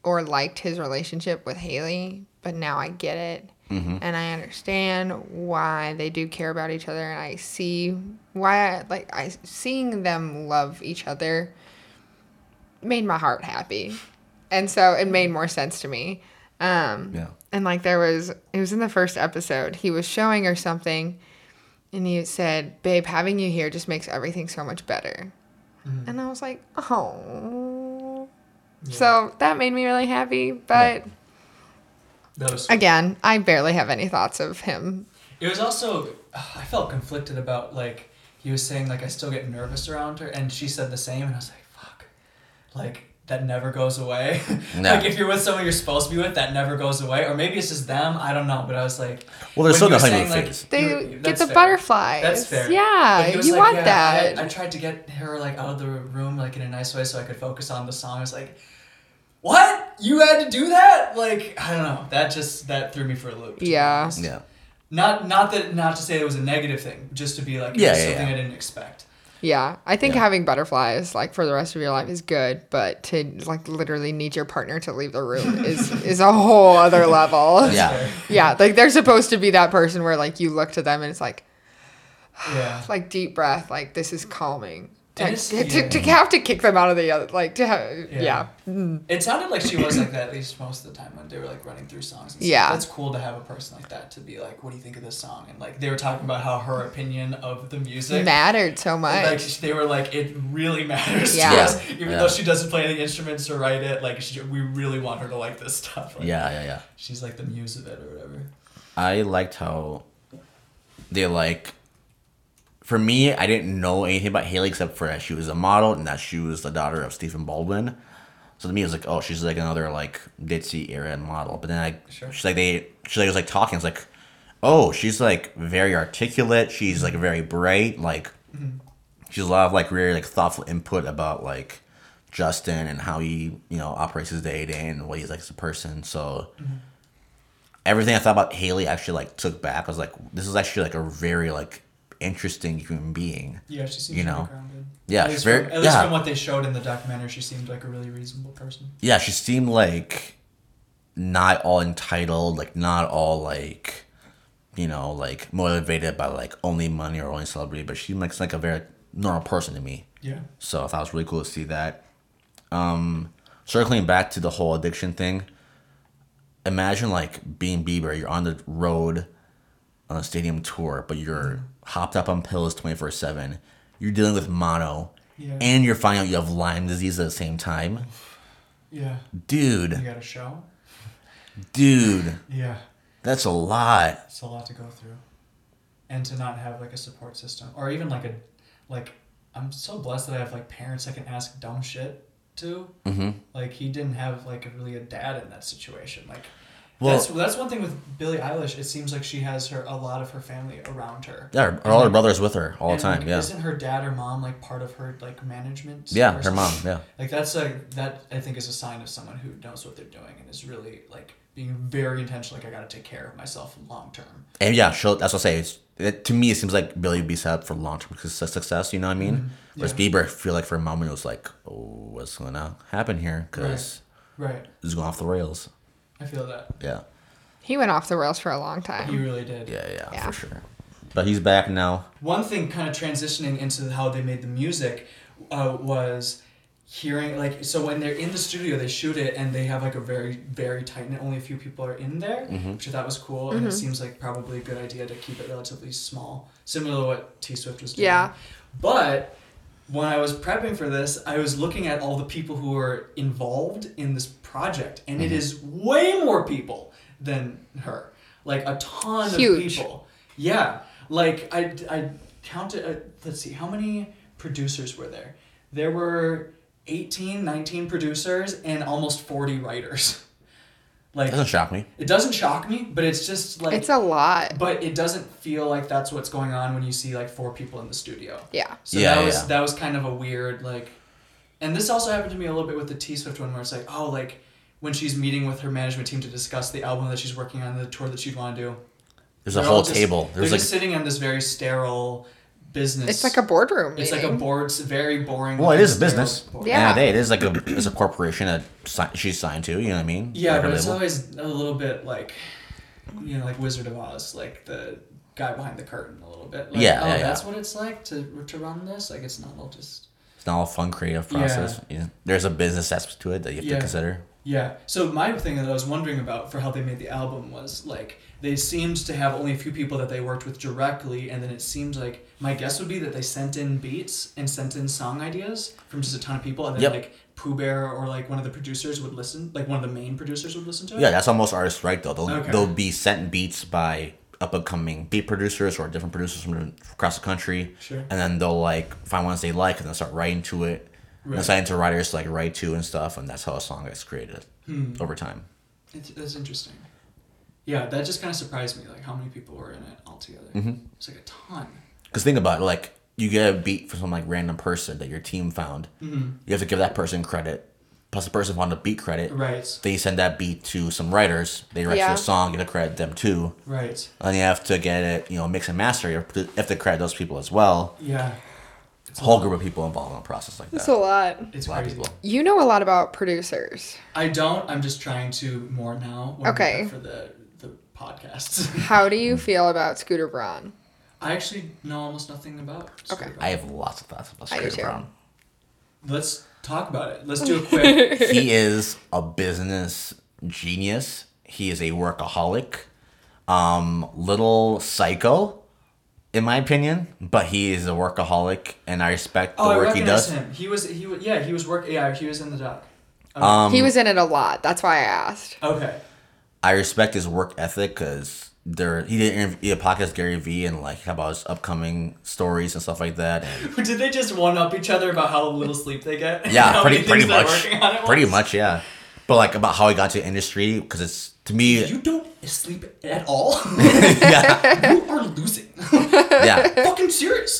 [SPEAKER 3] or liked his relationship with Haley, but now I get it. And I understand why they do care about each other. And I see why, I, like, I seeing them love each other made my heart happy. And so it made more sense to me. Um,
[SPEAKER 2] Yeah.
[SPEAKER 3] and like there was it was in the first episode he was showing her something and he said babe having you here just makes everything so much better
[SPEAKER 1] Mm-hmm.
[SPEAKER 3] and i was like oh so that made me really happy but
[SPEAKER 1] That was-
[SPEAKER 3] again i barely have any thoughts of him
[SPEAKER 1] It was also I felt conflicted about like he was saying like I still get nervous around her, and she said the same, and I was like, fuck, like that never goes away.
[SPEAKER 2] No.
[SPEAKER 1] like if you're with someone you're supposed to be with, that never goes away. Or maybe it's just them. I don't know. But I was like,
[SPEAKER 2] Well, there's
[SPEAKER 1] when
[SPEAKER 2] still
[SPEAKER 1] you were
[SPEAKER 2] the honeymoon
[SPEAKER 1] saying, like,
[SPEAKER 2] phase.
[SPEAKER 3] They
[SPEAKER 1] you-
[SPEAKER 3] get
[SPEAKER 1] that's
[SPEAKER 3] the butterflies.
[SPEAKER 1] That's fair.
[SPEAKER 3] Yeah,
[SPEAKER 1] But he was
[SPEAKER 3] you
[SPEAKER 1] like,
[SPEAKER 3] want
[SPEAKER 1] "Yeah,
[SPEAKER 3] that."
[SPEAKER 1] I, I tried to get her like out of the room like in a nice way so I could focus on the song. I was like. What? You had to do that? Like, I don't know. That just that threw me for a loop. to be
[SPEAKER 3] Yeah.
[SPEAKER 1] honest.
[SPEAKER 2] Yeah.
[SPEAKER 1] Not not that not to say it was a negative thing, just to be like it
[SPEAKER 2] Yeah,
[SPEAKER 1] was
[SPEAKER 2] yeah,
[SPEAKER 1] something
[SPEAKER 2] yeah.
[SPEAKER 1] I didn't expect.
[SPEAKER 3] yeah i think
[SPEAKER 2] Yeah.
[SPEAKER 3] having butterflies like for the rest of your life is good but to like literally need your partner to leave the room is is a whole other level
[SPEAKER 2] Yeah.
[SPEAKER 3] yeah like they're supposed to be that person where like you look to them and it's like
[SPEAKER 1] Yeah.
[SPEAKER 3] like deep breath like this is calming to,
[SPEAKER 1] And it's-
[SPEAKER 3] to, to,
[SPEAKER 1] yeah.
[SPEAKER 3] to have to kick them out of the other like to have yeah,
[SPEAKER 1] Yeah. It sounded like she was like that at least most of the time when they were like running through songs. And stuff.
[SPEAKER 3] Yeah.
[SPEAKER 1] That's cool to have a person like that to be like, what do you think of this song? And like they were talking about how her opinion of the music.
[SPEAKER 3] mattered so much
[SPEAKER 1] Like sh- they were like, it really matters
[SPEAKER 3] Yeah.
[SPEAKER 1] to
[SPEAKER 3] Yeah.
[SPEAKER 1] us, even
[SPEAKER 2] Yeah.
[SPEAKER 1] though she doesn't play any instruments or write it. Like she, we really want her to like this stuff. Like,
[SPEAKER 2] Yeah. Yeah. Yeah.
[SPEAKER 1] she's like the muse of it or whatever.
[SPEAKER 2] I liked how they like. For me, I didn't know anything about Haley except for that she was a model and that she was the daughter of Stephen Baldwin. So to me, it was like, oh, she's like another like ditzy era model. But then like,
[SPEAKER 1] Sure.
[SPEAKER 2] she's like they, she like was like talking. It's like, oh, she's like very articulate. She's like very bright. Like, she's a lot of like really like thoughtful input about like Justin and how he you know operates his day to day and what he's like as a person. So everything I thought about Haley actually like took back. I was like, this is actually like a very like interesting human being.
[SPEAKER 1] Yeah, she seems
[SPEAKER 2] You know.
[SPEAKER 1] really grounded.
[SPEAKER 2] Yeah,
[SPEAKER 1] at
[SPEAKER 2] she's
[SPEAKER 1] least,
[SPEAKER 2] very-
[SPEAKER 1] from, at least
[SPEAKER 2] yeah.
[SPEAKER 1] from what they showed in the documentary, she seemed like a really reasonable person.
[SPEAKER 2] Yeah, she seemed like not all entitled, like not all like you know like motivated by like only money or only celebrity, but she makes like a very normal person to me.
[SPEAKER 1] Yeah.
[SPEAKER 2] So I thought it was really cool to see that. Um, circling back to the whole addiction thing, imagine like being Bieber. You're on the road on a stadium tour, but you're hopped up on pills 24 7. You're dealing with mono,
[SPEAKER 1] Yeah.
[SPEAKER 2] and you're finding out you have Lyme disease at the same time.
[SPEAKER 1] Yeah. You
[SPEAKER 2] Dude,
[SPEAKER 1] got a show?
[SPEAKER 2] dude,
[SPEAKER 1] Yeah.
[SPEAKER 2] that's a lot.
[SPEAKER 1] It's a lot to go through. and to not have like a support system or even like a like I'm so blessed that I have like parents I can ask dumb shit to.
[SPEAKER 2] Mhm.
[SPEAKER 1] Like he didn't have like a, really a dad in that situation. Like
[SPEAKER 2] Well-
[SPEAKER 1] that's that's one thing with Billie Eilish. It seems like she has her a lot of her family around her.
[SPEAKER 2] Yeah, her- all her brothers with her all the
[SPEAKER 1] And,
[SPEAKER 2] time.
[SPEAKER 1] like,
[SPEAKER 2] Yeah,
[SPEAKER 1] Isn't her dad or mom like part of her like management?
[SPEAKER 2] yeah,
[SPEAKER 1] or
[SPEAKER 2] her mom.
[SPEAKER 1] something?
[SPEAKER 2] Yeah,
[SPEAKER 1] Like that's like that I think is a sign of someone who knows what they're doing and is really like being very intentional. Like I gotta take care of myself long term.
[SPEAKER 2] and yeah, she'll. That's what I say. It's, it, to me, it seems like Billy would be set up for long term success. You know what I mean? Whereas
[SPEAKER 1] Mm-hmm. yeah.
[SPEAKER 2] Bieber, I feel like for a moment it was like, oh, what's gonna happen here? Because
[SPEAKER 1] Right.
[SPEAKER 2] it's going off the rails.
[SPEAKER 1] I feel that
[SPEAKER 2] Yeah,
[SPEAKER 3] He went off the rails for a long
[SPEAKER 1] he
[SPEAKER 3] time.
[SPEAKER 1] really did.
[SPEAKER 2] yeah, yeah,
[SPEAKER 3] Yeah.
[SPEAKER 2] for sure. But he's back now.
[SPEAKER 1] one thing kind of transitioning into how they made the music uh, was hearing like so when they're in the studio they shoot it and they have like a very very tight and only a few people are in there which I thought was cool and it seems like probably a good idea to keep it relatively small similar to what T Swift was doing
[SPEAKER 3] Yeah.
[SPEAKER 1] but when I was prepping for this I was looking at all the people who were involved in this project and
[SPEAKER 3] Mm-hmm.
[SPEAKER 1] it is way more people than her like a ton of
[SPEAKER 3] Huge.
[SPEAKER 1] people yeah, like I, I counted. Uh, let's see, how many producers were there? There were 18, 19 producers and almost 40 writers. Like
[SPEAKER 2] Doesn't shock me.
[SPEAKER 1] it doesn't shock me, but it's just like
[SPEAKER 3] It's a lot.
[SPEAKER 1] but it doesn't feel like that's what's going on when you see like four people in the studio.
[SPEAKER 3] Yeah.
[SPEAKER 1] So
[SPEAKER 2] Yeah,
[SPEAKER 1] that was
[SPEAKER 2] yeah.
[SPEAKER 1] that was kind of a weird like and this also happened to me a little bit with the T Swift one where it's like, oh like when she's meeting with her management team to discuss the album that she's working on, the tour that she'd want to do.
[SPEAKER 2] There's a
[SPEAKER 1] They're
[SPEAKER 2] whole
[SPEAKER 1] all just-
[SPEAKER 2] table.
[SPEAKER 1] They're
[SPEAKER 2] There's like
[SPEAKER 1] just sitting on this very sterile business.
[SPEAKER 3] It's like a boardroom.
[SPEAKER 1] It's like a
[SPEAKER 3] meeting.
[SPEAKER 1] board. It's very boring.
[SPEAKER 2] Well, it is a
[SPEAKER 1] sterile
[SPEAKER 2] business.
[SPEAKER 1] board.
[SPEAKER 3] Yeah.
[SPEAKER 2] Yeah, they, it is like a it's a corporation that si- she's signed to. You know what I mean?
[SPEAKER 1] Yeah,
[SPEAKER 2] Like her
[SPEAKER 1] but it's
[SPEAKER 2] label.
[SPEAKER 1] always a little bit like, you know, like Wizard of Oz, like the guy behind the curtain, a little bit. Like,
[SPEAKER 2] Yeah,
[SPEAKER 1] oh,
[SPEAKER 2] yeah, yeah.
[SPEAKER 1] that's what it's like to to run this. Like it's not all just.
[SPEAKER 2] it's not all fun creative process. Yeah. There's a business aspect to it that you have
[SPEAKER 1] Yeah.
[SPEAKER 2] to consider.
[SPEAKER 1] Yeah. So my thing that I was wondering about for how they made the album was like they seemed to have only a few people that they worked with directly, and then it seemed like my guess would be that they sent in beats and sent in song ideas from just a ton of people, and then
[SPEAKER 2] Yep.
[SPEAKER 1] like Pooh Bear or like one of the producers would listen, like one of the main producers would listen to it.
[SPEAKER 2] Yeah, that's almost artists' right though. They'll
[SPEAKER 1] Okay.
[SPEAKER 2] they'll be sent beats by up and coming beat producers or different producers from across the country.
[SPEAKER 1] Sure.
[SPEAKER 2] And then they'll like find ones they like and then start writing to it. And
[SPEAKER 1] Right.
[SPEAKER 2] And sign to writers to, like write to and stuff, and that's how a song gets created
[SPEAKER 1] Hmm.
[SPEAKER 2] over time.
[SPEAKER 1] It's, that's interesting. Yeah, that just kind of surprised me, like how many people were in it altogether.
[SPEAKER 2] Mm-hmm.
[SPEAKER 1] It's like a ton.
[SPEAKER 2] Because think about it, like you get a beat from some like random person that your team found.
[SPEAKER 1] Mm-hmm.
[SPEAKER 2] You have to give that person credit. Plus, the person found the beat credit.
[SPEAKER 1] Right.
[SPEAKER 2] They send that beat to some writers. They write you
[SPEAKER 3] Yeah.
[SPEAKER 2] a song. You have to credit them too.
[SPEAKER 1] Right.
[SPEAKER 2] And you have to get it, you know, mix and master. You have to, you have to credit those people as well.
[SPEAKER 1] Yeah. It's a
[SPEAKER 2] Whole
[SPEAKER 1] lot.
[SPEAKER 2] group of people involved in a process like
[SPEAKER 3] It's
[SPEAKER 2] that.
[SPEAKER 3] a lot.
[SPEAKER 1] It's
[SPEAKER 2] a lot of
[SPEAKER 1] crazy.
[SPEAKER 2] people.
[SPEAKER 3] You know a lot about producers.
[SPEAKER 1] I don't. I'm just trying to more now. when we
[SPEAKER 3] Okay.
[SPEAKER 1] prep For the the podcast,
[SPEAKER 3] How do you feel about Scooter Braun?
[SPEAKER 1] I actually know almost nothing about.
[SPEAKER 3] Okay.
[SPEAKER 1] Scooter
[SPEAKER 2] I have lots of thoughts about
[SPEAKER 3] I do
[SPEAKER 2] Scooter
[SPEAKER 3] too.
[SPEAKER 2] Brown.
[SPEAKER 1] Let's talk about it. Let's do a quick.
[SPEAKER 2] he is a business genius. He is a workaholic, um, little psycho, in my opinion. But he is a workaholic, and I respect the
[SPEAKER 1] oh, I
[SPEAKER 2] work he
[SPEAKER 1] recognize
[SPEAKER 2] does.
[SPEAKER 1] him. He was. He was. Yeah, he was work. Yeah, he was in the doc.
[SPEAKER 2] Um,
[SPEAKER 3] he was in it a lot. That's why I asked.
[SPEAKER 1] Okay.
[SPEAKER 2] I respect his work ethic because there he did interview, he did a podcast with Gary Vee and like about his upcoming stories and stuff like that. And
[SPEAKER 1] Did they just one up each other about how little sleep they get? and
[SPEAKER 2] yeah,
[SPEAKER 1] how
[SPEAKER 2] pretty
[SPEAKER 1] many
[SPEAKER 2] pretty
[SPEAKER 1] things they're
[SPEAKER 2] much,
[SPEAKER 1] working on at
[SPEAKER 2] pretty
[SPEAKER 1] once?
[SPEAKER 2] much, yeah. But like about how he got to industry because it's to me,
[SPEAKER 1] You don't sleep at all.
[SPEAKER 2] yeah,
[SPEAKER 1] you are losing.
[SPEAKER 2] yeah.
[SPEAKER 1] Fucking serious.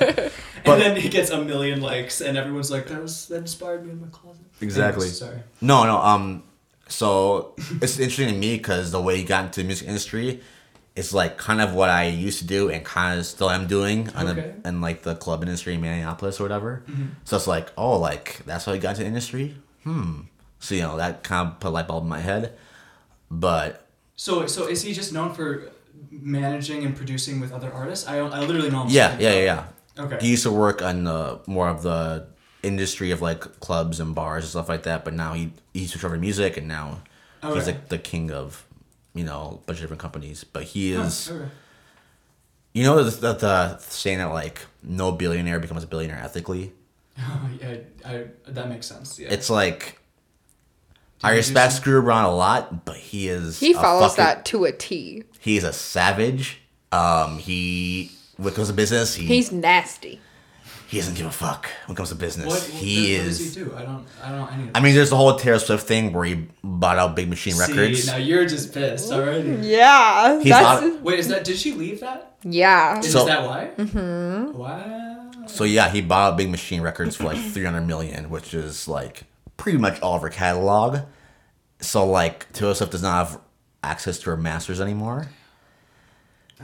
[SPEAKER 1] and then he gets a million likes, and everyone's like, "That was that inspired me in my closet."
[SPEAKER 2] Exactly.
[SPEAKER 1] Anyways, sorry.
[SPEAKER 2] No, no. Um, so it's interesting to me because the way he got into the music industry is like kind of what I used to do and kind of still am doing on
[SPEAKER 1] Okay. Mm-hmm.
[SPEAKER 2] the, in like the club industry in Minneapolis or whatever. So it's like, oh, like that's how he got into the industry. Hmm. So you know that kind of put a light bulb in my head, but
[SPEAKER 1] So, so is he just known for managing and producing with other artists? I, don't- I literally know. Him
[SPEAKER 2] yeah, yeah, yeah. yeah.
[SPEAKER 1] Okay.
[SPEAKER 2] He used to work on the more of the industry of like clubs and bars and stuff like that, but now he he switched over to music and now
[SPEAKER 1] Okay.
[SPEAKER 2] he's like the king of you know a bunch of different companies. But he
[SPEAKER 1] Huh,
[SPEAKER 2] is
[SPEAKER 1] okay.
[SPEAKER 2] you know the, the, the saying that like no billionaire becomes a billionaire ethically.
[SPEAKER 1] Oh, yeah, I, that makes sense. Yeah.
[SPEAKER 2] It's like I
[SPEAKER 1] you do
[SPEAKER 2] respect
[SPEAKER 1] some-
[SPEAKER 2] Screw Brown a lot, but he is
[SPEAKER 3] He
[SPEAKER 2] a
[SPEAKER 3] follows
[SPEAKER 2] fucking-
[SPEAKER 3] that to a T.
[SPEAKER 2] He's a savage, a Um, he when it comes to business, he
[SPEAKER 4] He's nasty.
[SPEAKER 2] he doesn't give a fuck when it comes to business.
[SPEAKER 1] What,
[SPEAKER 2] he
[SPEAKER 1] what
[SPEAKER 2] is.
[SPEAKER 1] does he do? I don't. I don't know any of
[SPEAKER 2] I mean, there's the whole Taylor Swift thing where he bought out Big Machine Records.
[SPEAKER 1] See, now you're just pissed already.
[SPEAKER 4] Yeah.
[SPEAKER 2] He's that's- not-
[SPEAKER 1] Wait, is that? Did she leave that?
[SPEAKER 4] yeah.
[SPEAKER 1] Is
[SPEAKER 2] So-
[SPEAKER 1] that why? Mm-hmm. Wow.
[SPEAKER 2] So yeah, he bought out Big Machine Records for like 300 million, which is like pretty much all of her catalog. So like Taylor Swift does not have access to her masters anymore,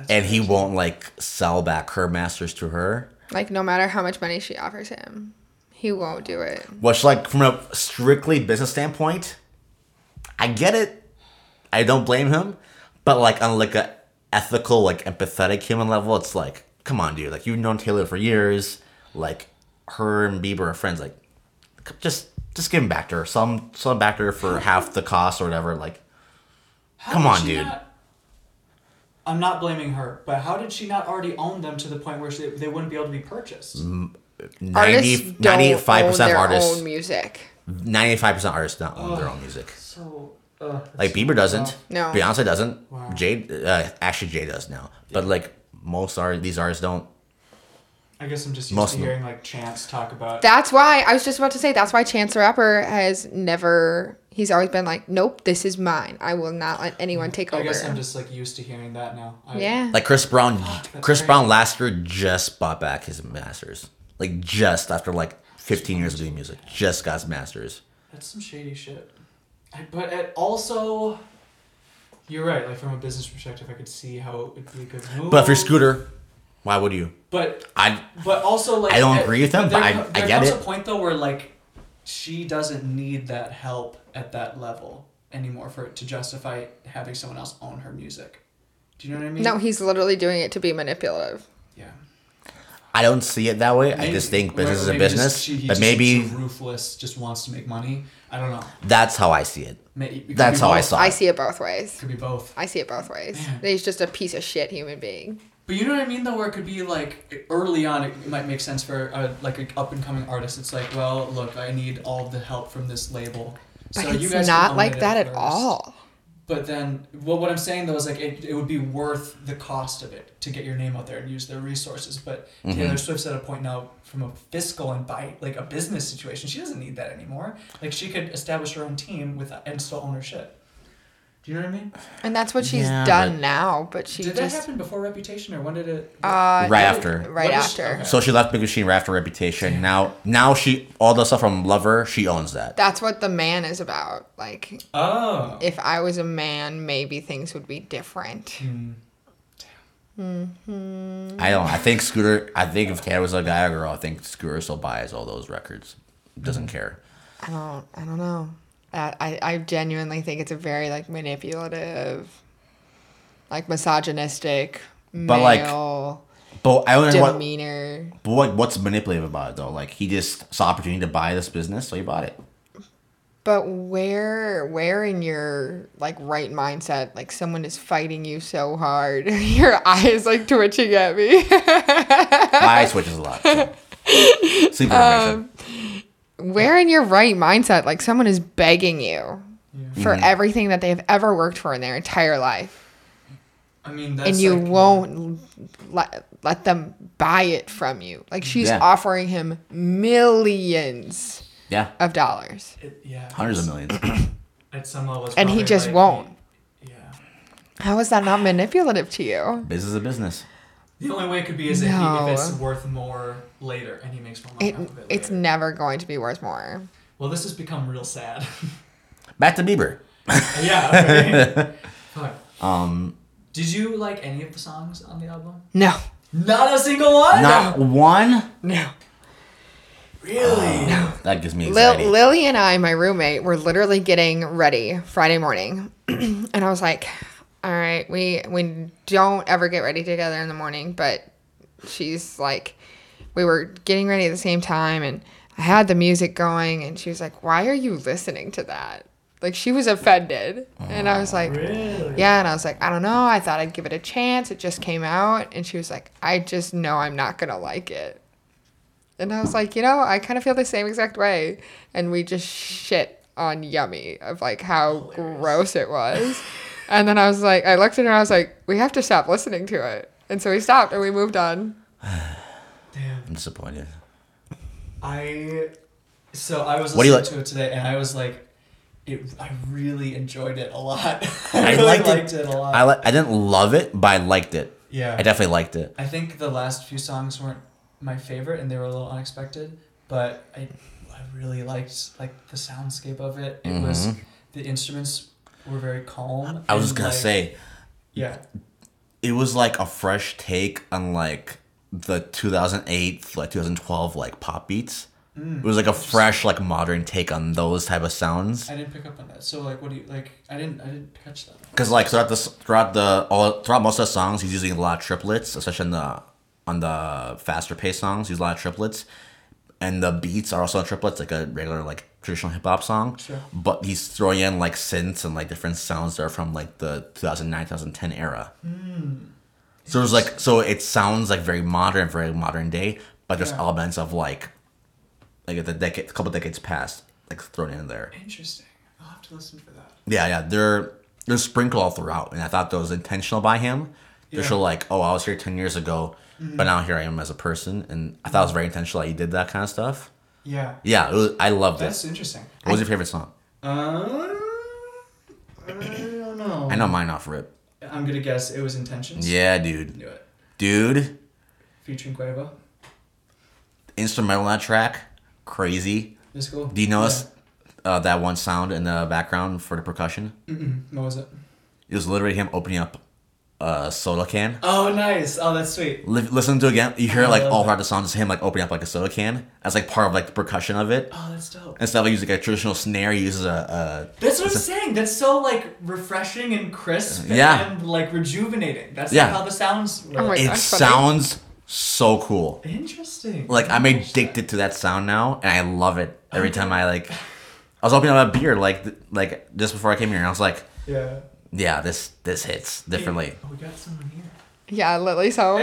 [SPEAKER 2] and he won't like sell back her masters to her.
[SPEAKER 3] Like no matter how much money she offers him, he won't do it.
[SPEAKER 2] Which like from a strictly business standpoint, I get it. I don't blame him, but like on like a ethical, like empathetic human level, it's like, come on, dude. Like you've known Taylor for years. Like her and Bieber are friends. Like c- just just give him back to her. Some some back to her for half the cost or whatever. Like
[SPEAKER 1] How
[SPEAKER 2] Come
[SPEAKER 1] did
[SPEAKER 2] on,
[SPEAKER 1] she
[SPEAKER 2] dude.
[SPEAKER 1] not- I'm not blaming her, but how did she not already own them to the point where she, they wouldn't be able to be purchased?
[SPEAKER 2] 90,
[SPEAKER 3] Artists don't
[SPEAKER 2] 95 percent
[SPEAKER 3] own
[SPEAKER 2] of
[SPEAKER 3] their
[SPEAKER 2] artists,
[SPEAKER 3] own music.
[SPEAKER 2] ninety five percent artists don't own their own music.
[SPEAKER 1] So, uh,
[SPEAKER 2] Like Bieber doesn't.
[SPEAKER 3] No.
[SPEAKER 2] Beyonce doesn't.
[SPEAKER 1] Wow.
[SPEAKER 2] Jade uh, actually Jade does now. But like most art, these artists don't.
[SPEAKER 1] I guess I'm just used
[SPEAKER 2] Most
[SPEAKER 1] to
[SPEAKER 2] of them.
[SPEAKER 1] hearing like Chance talk about.
[SPEAKER 3] That's why I was just about to say. That's why Chance the Rapper has never. He's always been like, nope, this is mine. I will not let anyone take
[SPEAKER 1] I
[SPEAKER 3] over.
[SPEAKER 1] guess I'm just like used to hearing that now. I,
[SPEAKER 3] yeah.
[SPEAKER 2] Like Chris Brown. Chris
[SPEAKER 1] crazy.
[SPEAKER 2] Brown last year just bought back his masters. Like just after like 15 years of doing music, just got his masters.
[SPEAKER 1] That's some shady shit. I, but it also, you're right. Like from a business perspective, I could see how it would be a good move.
[SPEAKER 2] But if you're Scooter, why would you?
[SPEAKER 1] but
[SPEAKER 2] I
[SPEAKER 1] but also like
[SPEAKER 2] I don't agree with them, but I-
[SPEAKER 1] co-
[SPEAKER 2] I
[SPEAKER 1] there
[SPEAKER 2] get
[SPEAKER 1] comes
[SPEAKER 2] it.
[SPEAKER 1] a point though where like she doesn't need that help at that level anymore for it to justify having someone else own her music. Do you know what I mean?
[SPEAKER 3] No, he's literally doing it to be manipulative.
[SPEAKER 1] Yeah.
[SPEAKER 2] I don't see it that way. I just
[SPEAKER 1] Maybe-
[SPEAKER 2] think business
[SPEAKER 1] or
[SPEAKER 2] is a
[SPEAKER 1] maybe just
[SPEAKER 2] business.
[SPEAKER 1] she- he
[SPEAKER 2] but
[SPEAKER 1] just-
[SPEAKER 2] maybe
[SPEAKER 1] she's ruthless, just wants to make money. I don't know.
[SPEAKER 2] that's how I see it.
[SPEAKER 1] May- it could be
[SPEAKER 2] That's how I
[SPEAKER 1] both.
[SPEAKER 2] saw
[SPEAKER 3] I
[SPEAKER 2] it.
[SPEAKER 3] see it both ways.
[SPEAKER 1] Could be both.
[SPEAKER 3] I see it both ways. He's just a piece of shit human being.
[SPEAKER 1] But you know what I mean, though, where it could be like early on, it might make sense for a, like an up and coming artist. It's like, well, look, I need all the help from this label.
[SPEAKER 3] But
[SPEAKER 1] you guys
[SPEAKER 3] it's
[SPEAKER 1] can
[SPEAKER 3] not
[SPEAKER 1] own it
[SPEAKER 3] like that at
[SPEAKER 1] first.
[SPEAKER 3] all.
[SPEAKER 1] But then, well, what I'm saying though is like it, it would be worth the cost of it to get your name out there and use their resources. But
[SPEAKER 3] Mm-hmm.
[SPEAKER 1] Taylor Swift's at a point now from a fiscal and by like a business situation, she doesn't need that anymore. Like she could establish her own team with uh, and still own her shit. Do you know what I mean?
[SPEAKER 3] And that's what she's
[SPEAKER 2] Yeah,
[SPEAKER 3] done
[SPEAKER 2] but-
[SPEAKER 3] now, but she
[SPEAKER 1] did
[SPEAKER 3] just
[SPEAKER 1] that happen before Reputation or when did it?
[SPEAKER 3] uh,
[SPEAKER 2] Right
[SPEAKER 3] no,
[SPEAKER 2] after.
[SPEAKER 3] Right
[SPEAKER 1] What is-
[SPEAKER 3] after.
[SPEAKER 1] okay.
[SPEAKER 2] So she left Big Machine after Reputation. Now now she all the stuff from Lover, she owns that.
[SPEAKER 3] That's what the man is about. Like
[SPEAKER 1] oh,
[SPEAKER 3] if I was a man, maybe things would be different.
[SPEAKER 2] Hmm. I don't. I think Scooter. I think if Taylor was a guy or girl, I think Scooter still buys all those records. Doesn't care.
[SPEAKER 3] I don't I don't know. I, I, I genuinely think it's a very like manipulative, like misogynistic,
[SPEAKER 2] But, like,
[SPEAKER 3] male
[SPEAKER 2] But I don't know what.
[SPEAKER 3] demeanor.
[SPEAKER 2] But what, what's manipulative about it though? Like he just saw opportunity to buy this business, so he bought it.
[SPEAKER 3] But where where in your like right mindset like someone is fighting you so hard your eyes like twitching at me
[SPEAKER 2] Buy switches a lot. So. Sleep
[SPEAKER 3] Um,
[SPEAKER 2] information.
[SPEAKER 3] where in your right mindset like someone is begging you for
[SPEAKER 2] Mm-hmm.
[SPEAKER 3] everything that they've ever worked for in their entire life
[SPEAKER 1] I mean, that's
[SPEAKER 3] and you
[SPEAKER 1] like-
[SPEAKER 3] won't let, let them buy it from you like she's
[SPEAKER 2] Yeah.
[SPEAKER 3] offering him millions
[SPEAKER 2] yeah,
[SPEAKER 3] of dollars
[SPEAKER 1] It, yeah.
[SPEAKER 2] hundreds of millions.
[SPEAKER 1] At some level, it's
[SPEAKER 3] And he
[SPEAKER 1] probably,
[SPEAKER 3] just
[SPEAKER 1] like,
[SPEAKER 3] won't.
[SPEAKER 1] Yeah.
[SPEAKER 3] how is that not manipulative to you
[SPEAKER 2] business is a business.
[SPEAKER 1] The only way it could be is if, he, if it's
[SPEAKER 3] No.
[SPEAKER 1] worth more later, and he makes more money
[SPEAKER 3] it,
[SPEAKER 1] off of it.
[SPEAKER 3] it's
[SPEAKER 1] later.
[SPEAKER 3] never going to be worth more
[SPEAKER 1] well, this has become real sad.
[SPEAKER 2] Back to Bieber.
[SPEAKER 1] yeah. Right? Fuck.
[SPEAKER 2] Um,
[SPEAKER 1] Did you like any of the songs on the album?
[SPEAKER 3] no
[SPEAKER 1] Not a single one.
[SPEAKER 2] Not one.
[SPEAKER 3] no
[SPEAKER 2] Oh.
[SPEAKER 1] really.
[SPEAKER 2] That gives me
[SPEAKER 3] Lil,
[SPEAKER 2] anxiety.
[SPEAKER 3] Lily and I, my roommate, were literally getting ready Friday morning, and I was like, "All right, we we don't ever get ready together in the morning." But she's like, we were getting ready at the same time, and I had the music going, and she was like, "Why are you listening to that?" Like she was offended, and I was like, "Yeah," and I was like, "I don't know. I thought I'd give it a chance. It just came out," and she was like, "I just know I'm not gonna like it." And I was like, you know, I kind of feel the same exact way. And we just shit on Yummy of like how gross it was. and then I was like, I looked at her and I was like, we have to stop listening to it. And so we stopped and we moved on.
[SPEAKER 1] Damn.
[SPEAKER 2] I'm disappointed.
[SPEAKER 1] I so I was
[SPEAKER 2] What do you
[SPEAKER 1] listening to it today, and I was like, it. I really enjoyed it a lot. I,
[SPEAKER 2] I
[SPEAKER 1] really
[SPEAKER 2] liked
[SPEAKER 1] liked,
[SPEAKER 2] it.
[SPEAKER 1] it. a lot.
[SPEAKER 2] I li- I didn't love it, but I liked it.
[SPEAKER 1] yeah.
[SPEAKER 2] I definitely liked it.
[SPEAKER 1] I think the last few songs weren't my favorite, and they were a little unexpected. But I, I really liked like the soundscape of it. It was the instruments were very calm.
[SPEAKER 2] Mm-hmm. I was
[SPEAKER 1] and,
[SPEAKER 2] just gonna
[SPEAKER 1] like-
[SPEAKER 2] say
[SPEAKER 1] yeah,
[SPEAKER 2] it was like a fresh take on like the 2008 like 2012 like pop beats. it was like a fresh like modern take on those type of sounds.
[SPEAKER 1] I didn't pick up on that. So like, what do you like? I didn't, I didn't catch that.
[SPEAKER 2] Cause like throughout the throughout the all throughout most of the songs, he's using a lot of triplets, especially on the on the faster paced songs. He's a lot of triplets, and the beats are also on triplets, like a regular like traditional hip hop song.
[SPEAKER 1] Sure.
[SPEAKER 2] But he's throwing in like synths and like different sounds that are from like the 2009 2010 era.
[SPEAKER 1] Hmm.
[SPEAKER 2] So it was like so it sounds like very modern, very modern day, but there's
[SPEAKER 1] Yeah.
[SPEAKER 2] elements of like like the decade, a couple decades past, like thrown in there.
[SPEAKER 1] Interesting. I'll have to listen for that.
[SPEAKER 2] Yeah, yeah, they're they're sprinkled all throughout, and I thought that was intentional by him. They're
[SPEAKER 1] Yeah.
[SPEAKER 2] sure like, oh, I was here ten years ago, but now here I am as a person, and I thought it was very intentional that he did that kind of stuff.
[SPEAKER 1] Yeah,
[SPEAKER 2] Yeah, it was, I loved
[SPEAKER 1] that's
[SPEAKER 2] it.
[SPEAKER 1] interesting.
[SPEAKER 2] What was your favorite song?
[SPEAKER 1] Um, I don't know.
[SPEAKER 2] I know mine off rip.
[SPEAKER 1] I'm gonna guess it was intentions.
[SPEAKER 2] Yeah, dude,
[SPEAKER 1] Knew it.
[SPEAKER 2] dude,
[SPEAKER 1] Featuring Quavo.
[SPEAKER 2] instrumental on that track, crazy.
[SPEAKER 1] It's cool.
[SPEAKER 2] Do you notice
[SPEAKER 1] Yeah.
[SPEAKER 2] uh, that one sound in the background for the percussion?
[SPEAKER 1] What was it?
[SPEAKER 2] It was literally him opening up a soda can.
[SPEAKER 1] Oh, nice. Oh, that's sweet.
[SPEAKER 2] Li- listen to it again. You hear
[SPEAKER 1] I
[SPEAKER 2] like
[SPEAKER 1] love
[SPEAKER 2] all
[SPEAKER 1] that.
[SPEAKER 2] throughout the song, just him like opening up like a soda can. That's like part of like the percussion of it.
[SPEAKER 1] Oh, that's dope.
[SPEAKER 2] instead of using like a traditional snare, he uses a, Uh,
[SPEAKER 1] That's what I'm saying. That's so like refreshing and crisp.
[SPEAKER 2] Yeah.
[SPEAKER 1] And like rejuvenating. That's
[SPEAKER 2] Yeah.
[SPEAKER 1] like, how the sounds. Work.
[SPEAKER 3] Oh
[SPEAKER 2] a
[SPEAKER 3] my-
[SPEAKER 2] it
[SPEAKER 3] That's funny.
[SPEAKER 2] sounds so cool.
[SPEAKER 1] Interesting.
[SPEAKER 2] Like I'm addicted to that sound now, and I love it every
[SPEAKER 3] Oh.
[SPEAKER 2] time I like. I was opening up a beer like th- like just before I came here, and I was like,
[SPEAKER 1] Yeah.
[SPEAKER 2] yeah, this this hits differently.
[SPEAKER 1] Oh, we got someone here.
[SPEAKER 3] Yeah, Lily's home.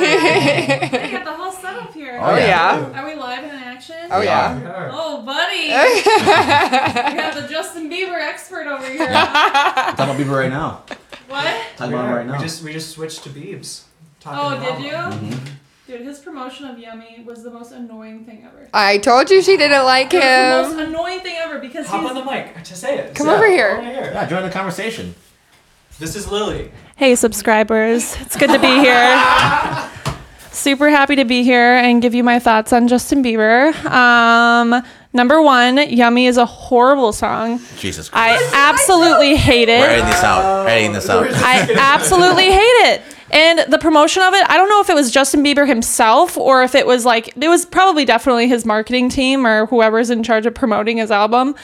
[SPEAKER 5] We got the whole setup here.
[SPEAKER 3] Oh, yeah.
[SPEAKER 5] Are we live and in action?
[SPEAKER 3] Oh, yeah.
[SPEAKER 1] We are.
[SPEAKER 5] Oh, buddy. we got the Justin Bieber expert over here.
[SPEAKER 2] Talk about Bieber right now.
[SPEAKER 5] what?
[SPEAKER 2] Talk about
[SPEAKER 1] We,
[SPEAKER 2] him
[SPEAKER 1] are.
[SPEAKER 2] right now.
[SPEAKER 1] we just we just switched to Beebs.
[SPEAKER 5] Oh,
[SPEAKER 1] Talking
[SPEAKER 5] did you?
[SPEAKER 1] about-
[SPEAKER 5] Dude, his promotion of Yummy was the most annoying thing ever.
[SPEAKER 3] I told you she didn't like
[SPEAKER 5] It was the
[SPEAKER 3] him.
[SPEAKER 5] most annoying thing ever because
[SPEAKER 1] Hop
[SPEAKER 5] he's.
[SPEAKER 1] on the mic to say it.
[SPEAKER 3] Come
[SPEAKER 1] Yeah,
[SPEAKER 3] over here.
[SPEAKER 1] come
[SPEAKER 2] yeah, join the conversation.
[SPEAKER 1] This is Lily.
[SPEAKER 5] Hey, subscribers. It's good to be here. Super happy to be here and give you my thoughts on Justin Bieber. Um, number one, Yummy is a horrible song.
[SPEAKER 2] Jesus Christ.
[SPEAKER 5] I absolutely hate
[SPEAKER 2] We're
[SPEAKER 5] it.
[SPEAKER 2] editing this out. We're editing this out.
[SPEAKER 5] I absolutely hate it. And the promotion of it, I don't know if it was Justin Bieber himself or if it was like, it was probably definitely his marketing team or whoever's in charge of promoting his album.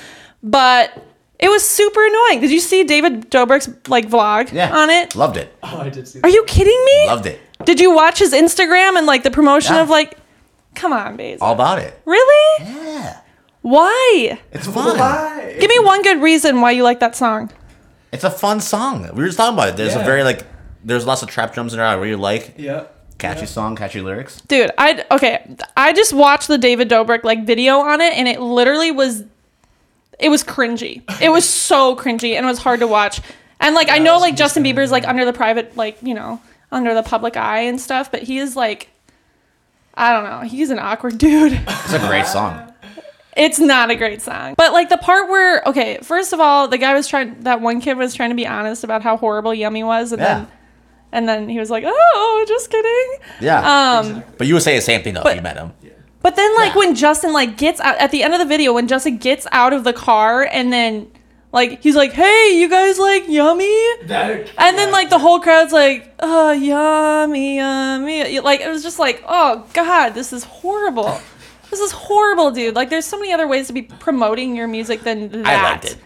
[SPEAKER 5] But it was super annoying. Did you see David Dobrik's like vlog
[SPEAKER 2] Yeah.
[SPEAKER 5] on it?
[SPEAKER 2] Loved it.
[SPEAKER 1] Oh, I did see.
[SPEAKER 5] Are you kidding me?
[SPEAKER 2] Loved it.
[SPEAKER 5] Did you watch his Instagram and like the promotion
[SPEAKER 2] Yeah.
[SPEAKER 5] of like, come on, Baze.
[SPEAKER 2] All about it.
[SPEAKER 5] Really?
[SPEAKER 2] Yeah.
[SPEAKER 5] Why?
[SPEAKER 2] It's fun.
[SPEAKER 1] Why?
[SPEAKER 5] Give me one good reason why you like that song.
[SPEAKER 2] It's a fun song. We were just talking about it. There's a
[SPEAKER 1] Yeah.
[SPEAKER 2] very like there's lots of trap drums in there I really like.
[SPEAKER 1] Yeah.
[SPEAKER 2] Catchy song, catchy lyrics.
[SPEAKER 5] Dude, I okay, I just watched the David Dobrik like video on it and it literally was it was cringy. It was so cringy and it was hard to watch. And like I know like Justin Bieber's like under the private like, you know, under the public eye and stuff, but he is like I don't know. He's an awkward dude.
[SPEAKER 2] It's a great song.
[SPEAKER 5] It's not a great song. But like the part where okay, first of all, the guy was trying that one kid was trying to be honest about how horrible Yummy was and
[SPEAKER 2] Yeah.
[SPEAKER 5] then and then he was like, "Oh, just kidding."
[SPEAKER 2] Yeah.
[SPEAKER 5] Um
[SPEAKER 2] but you would say the same thing though if
[SPEAKER 5] but-
[SPEAKER 2] you met him.
[SPEAKER 5] but then like when Justin like gets out at the end of the video when Justin gets out of the car and then like he's like, "Hey, you guys like Yummy?"
[SPEAKER 1] That,
[SPEAKER 5] And then like the whole crowd's like, "Oh, Yummy, Yummy." Like it was just like, "Oh god, this is horrible." This is horrible, dude. Like, there's so many other ways to be promoting your music than that.
[SPEAKER 2] I liked it.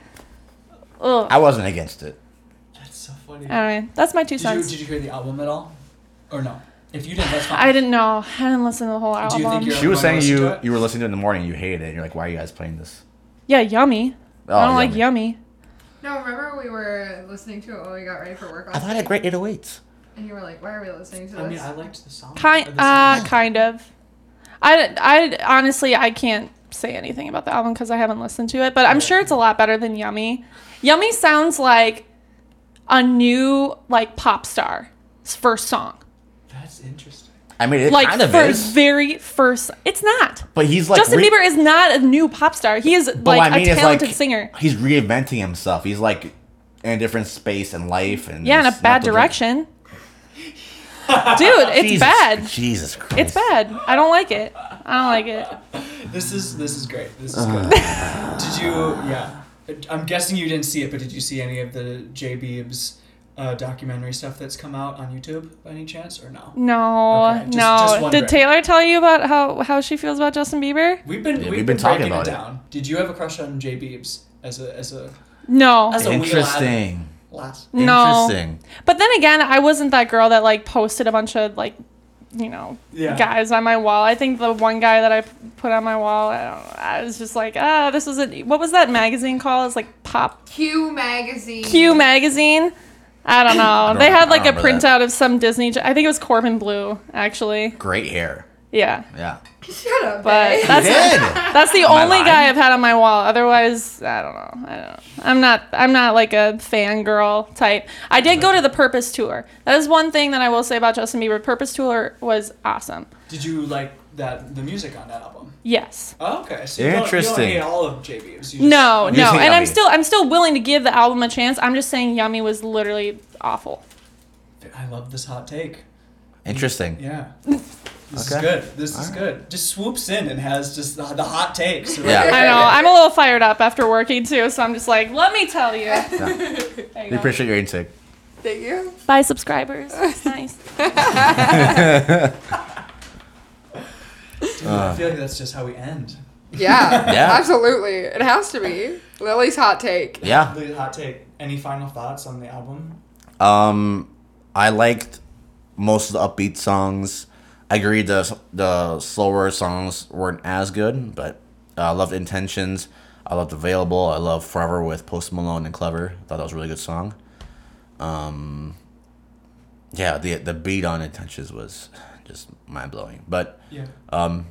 [SPEAKER 5] Ugh.
[SPEAKER 2] I wasn't against it.
[SPEAKER 1] That's so funny.
[SPEAKER 5] Anyway, that's my two
[SPEAKER 1] Did you,
[SPEAKER 5] cents.
[SPEAKER 1] did you hear the album at all, or no? If you didn't, that's fine.
[SPEAKER 5] I didn't know. I didn't listen to the whole
[SPEAKER 1] Do
[SPEAKER 5] album.
[SPEAKER 1] you think you're-
[SPEAKER 2] She was saying
[SPEAKER 1] Everyone
[SPEAKER 2] you
[SPEAKER 1] listened to it?
[SPEAKER 2] you were listening to it in the morning, you hated it. You're like, why are you guys playing this?
[SPEAKER 5] yeah, yummy.
[SPEAKER 2] Oh,
[SPEAKER 5] I don't like yummy.
[SPEAKER 3] No, remember we were listening to it when we got ready for work
[SPEAKER 2] I thought I had great 808s.
[SPEAKER 3] and you were like, why are we listening to
[SPEAKER 1] I mean, I liked the song.
[SPEAKER 5] Kind,
[SPEAKER 1] or the
[SPEAKER 5] uh,
[SPEAKER 1] song.
[SPEAKER 5] kind of. I, I honestly I can't say anything about the album because I haven't listened to it, but I'm sure it's a lot better than Yummy. Yummy sounds like a new like pop star's first song.
[SPEAKER 1] That's interesting.
[SPEAKER 2] I mean, it
[SPEAKER 5] like
[SPEAKER 2] kind of
[SPEAKER 5] for
[SPEAKER 2] is,
[SPEAKER 5] very first. It's not.
[SPEAKER 2] but he's like
[SPEAKER 5] Justin
[SPEAKER 2] re-
[SPEAKER 5] Bieber is not a new pop star. He is
[SPEAKER 2] but what
[SPEAKER 5] like
[SPEAKER 2] I mean
[SPEAKER 5] a
[SPEAKER 2] is, like,
[SPEAKER 5] talented singer.
[SPEAKER 2] He's reinventing himself. He's like in a different space and life, and
[SPEAKER 5] Yeah, in a
[SPEAKER 2] it's
[SPEAKER 5] bad
[SPEAKER 2] not the-
[SPEAKER 5] direction. Dude, it's
[SPEAKER 2] Jesus-
[SPEAKER 5] bad.
[SPEAKER 2] Jesus Christ,
[SPEAKER 5] It's bad. I don't like it. I don't like it.
[SPEAKER 1] This is this is great. This is good. did you? Yeah. I'm guessing you didn't see it, but did you see any of the J Biebs uh, documentary stuff that's come out on YouTube by any chance, or no?
[SPEAKER 5] No,
[SPEAKER 1] Okay, just-
[SPEAKER 5] no.
[SPEAKER 1] just wondering.
[SPEAKER 5] Did Taylor tell you about how how she feels about Justin Bieber?
[SPEAKER 1] We've been
[SPEAKER 2] Yeah,
[SPEAKER 1] we've,
[SPEAKER 2] we've been
[SPEAKER 1] been,
[SPEAKER 2] talking
[SPEAKER 1] breaking
[SPEAKER 2] about
[SPEAKER 1] it
[SPEAKER 2] it.
[SPEAKER 1] down. Did you have a crush on J Biebs as a as a
[SPEAKER 5] No,
[SPEAKER 1] as a wheel addict
[SPEAKER 2] Interesting.
[SPEAKER 1] last?
[SPEAKER 5] no.
[SPEAKER 2] Interesting.
[SPEAKER 5] But then again, I wasn't that girl that like posted a bunch of like, you know,
[SPEAKER 1] Yeah.
[SPEAKER 5] guys on my wall. I think the one guy that I p- put on my wall, I don't know. I was just like, ah, this isn't. What was that magazine called? It's like Pop
[SPEAKER 3] Q magazine.
[SPEAKER 5] Q magazine. I don't know.
[SPEAKER 2] don't
[SPEAKER 5] they
[SPEAKER 2] know.
[SPEAKER 5] had
[SPEAKER 2] I
[SPEAKER 5] like a
[SPEAKER 2] don't remember
[SPEAKER 5] printout of some Disney. j- I think it was Corbin Blue, actually.
[SPEAKER 2] Great hair.
[SPEAKER 5] Yeah,
[SPEAKER 2] Yeah.
[SPEAKER 3] Shut up.
[SPEAKER 5] but
[SPEAKER 3] babe.
[SPEAKER 5] that's
[SPEAKER 2] Did.
[SPEAKER 5] That's the
[SPEAKER 2] I
[SPEAKER 5] only
[SPEAKER 2] lying?
[SPEAKER 5] guy I've had on my wall. Otherwise, I don't know. I don't know. I'm not. I'm not like a fangirl type. I did go to the Purpose tour. That is one thing that I will say about Justin Bieber. Purpose tour was awesome.
[SPEAKER 1] Did you like that the music on that album?
[SPEAKER 5] Yes.
[SPEAKER 1] Oh, okay, so you don't-
[SPEAKER 2] Interesting.
[SPEAKER 1] you don't, hate all of J Biebs. You just-
[SPEAKER 5] No.
[SPEAKER 2] You
[SPEAKER 5] No.
[SPEAKER 2] just hate
[SPEAKER 5] And I'm
[SPEAKER 2] Yummy.
[SPEAKER 5] still. I'm still willing to give the album a chance. I'm just saying, Yummy was literally awful.
[SPEAKER 1] I love this hot take.
[SPEAKER 2] Interesting.
[SPEAKER 1] Yeah. This
[SPEAKER 2] Okay.
[SPEAKER 1] is good. This is good. Just swoops in and has just the, the hot takes.
[SPEAKER 2] Yeah.
[SPEAKER 5] I know. I'm a little fired up after working too, so I'm just like, let me tell you. There you
[SPEAKER 2] We
[SPEAKER 5] go.
[SPEAKER 2] appreciate your intake.
[SPEAKER 3] Thank you.
[SPEAKER 5] Bye, subscribers. It's nice.
[SPEAKER 1] Dude, I feel like
[SPEAKER 2] Uh.
[SPEAKER 1] that's just how we end.
[SPEAKER 3] Yeah,
[SPEAKER 2] Yeah.
[SPEAKER 3] absolutely. It has to be. Lily's hot take.
[SPEAKER 2] Yeah.
[SPEAKER 1] The hot take. Any final thoughts on the album?
[SPEAKER 2] Um, I liked most of the upbeat songs. I agree the the slower songs weren't as good, but uh, I loved Intentions. I loved Available. I loved Forever with Post Malone and Clever. I thought that was a really good song. Um, yeah, the the beat on Intentions was just mind blowing, but
[SPEAKER 1] Yeah.
[SPEAKER 2] um,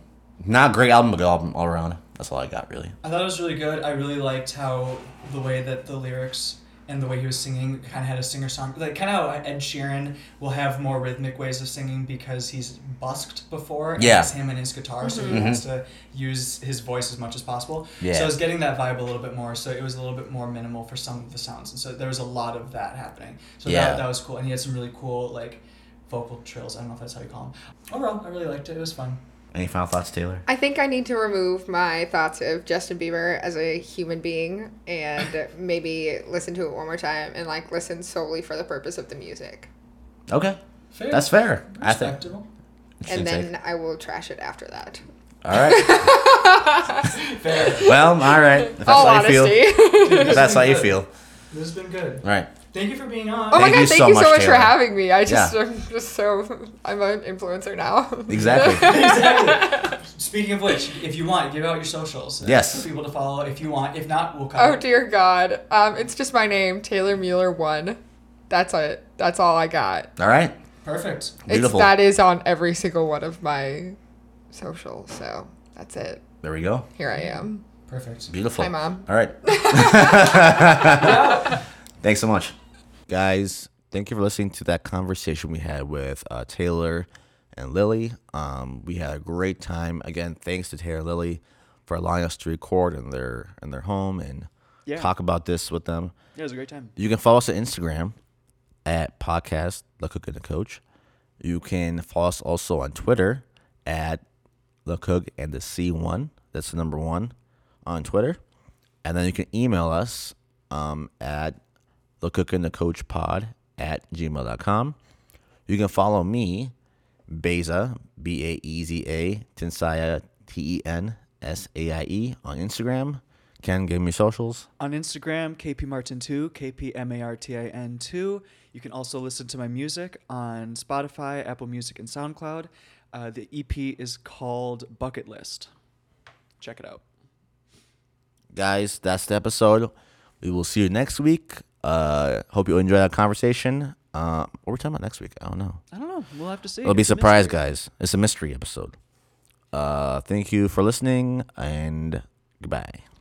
[SPEAKER 2] not great album, but good album all around. That's all I got really.
[SPEAKER 1] I thought it was really good. I really liked how the way that the lyrics and the way he was singing kind of had a singer song. Like, kind of how Ed Sheeran will have more rhythmic ways of singing because he's busked before. and
[SPEAKER 2] Yeah.
[SPEAKER 1] It's him and his guitar, so he wants to use his voice as much as possible.
[SPEAKER 2] Yeah.
[SPEAKER 1] So I was getting that vibe a little bit more. So it was a little bit more minimal for some of the sounds. And so there was a lot of that happening. So
[SPEAKER 2] Yeah.
[SPEAKER 1] that, that was cool. And he had some really cool, like, vocal trills. I don't know if that's how you call them. Overall, I really liked it. It was fun.
[SPEAKER 2] Any final thoughts, Taylor?
[SPEAKER 3] I think I need to remove my thoughts of Justin Bieber as a human being and maybe listen to it one more time and like listen solely for the purpose of the music.
[SPEAKER 2] Okay,
[SPEAKER 1] Fair.
[SPEAKER 2] that's fair. I think.
[SPEAKER 1] Respectable.
[SPEAKER 2] Interesting
[SPEAKER 3] And
[SPEAKER 2] take.
[SPEAKER 3] then I will trash it after that.
[SPEAKER 2] All right.
[SPEAKER 1] Fair.
[SPEAKER 2] Well, all right. If that's
[SPEAKER 3] All
[SPEAKER 2] how you feel.
[SPEAKER 3] honesty.
[SPEAKER 2] If that's how you feel.
[SPEAKER 1] This has been good.
[SPEAKER 2] All right.
[SPEAKER 1] Thank you for being on.
[SPEAKER 3] Oh
[SPEAKER 2] Thank
[SPEAKER 3] my
[SPEAKER 2] you
[SPEAKER 3] god, thank
[SPEAKER 2] so
[SPEAKER 3] you so
[SPEAKER 2] much,
[SPEAKER 3] much for
[SPEAKER 2] Taylor.
[SPEAKER 3] having me. I just
[SPEAKER 2] Yeah.
[SPEAKER 3] I'm just so I'm an influencer now.
[SPEAKER 2] Exactly.
[SPEAKER 1] exactly. Speaking of which, if you want, give out your socials. uh,
[SPEAKER 2] Yes.
[SPEAKER 1] For people to follow if you want. If not, we'll cover
[SPEAKER 3] Oh
[SPEAKER 1] it.
[SPEAKER 3] dear God. Um, it's just my name, Taylor Mueller one. That's it. That's all I got.
[SPEAKER 2] All right.
[SPEAKER 1] Perfect.
[SPEAKER 2] Beautiful.
[SPEAKER 3] It's that is on every single one of my socials. So that's it.
[SPEAKER 2] There we go.
[SPEAKER 3] Here I am.
[SPEAKER 1] Perfect.
[SPEAKER 2] Beautiful.
[SPEAKER 3] Hi, Mom.
[SPEAKER 2] All right. Thanks so much. Guys, thank you for listening to that conversation we had with uh, Taylor and Lily. Um, we had a great time. Again, thanks to Taylor and Lily for allowing us to record in their in their home and
[SPEAKER 6] Yeah.
[SPEAKER 2] talk about this with them.
[SPEAKER 6] Yeah, it was a great time.
[SPEAKER 2] You can follow us on Instagram at podcast the cook and the coach. You can follow us also on Twitter at the cook and the C one. That's the number one on Twitter. And then you can email us um, at the cook and the coach pod at gmail.com. You can follow me, Beza, B A E Z A, Tensaya, T E N S A I E, on Instagram. Can give me socials.
[SPEAKER 6] On Instagram, kpmartin2, kpmartin2. You can also listen to my music on Spotify, Apple Music, and SoundCloud. Uh, the EP is called Bucket List. Check it out.
[SPEAKER 2] guys, that's the episode. We will see you next week. Uh, hope you enjoy that conversation. Uh, what we're talking about next week? I don't know.
[SPEAKER 6] I don't know. We'll have to see.
[SPEAKER 2] It'll be a
[SPEAKER 6] It's a
[SPEAKER 2] surprise,
[SPEAKER 6] mystery.
[SPEAKER 2] guys. It's a mystery episode. Uh, thank you for listening and goodbye.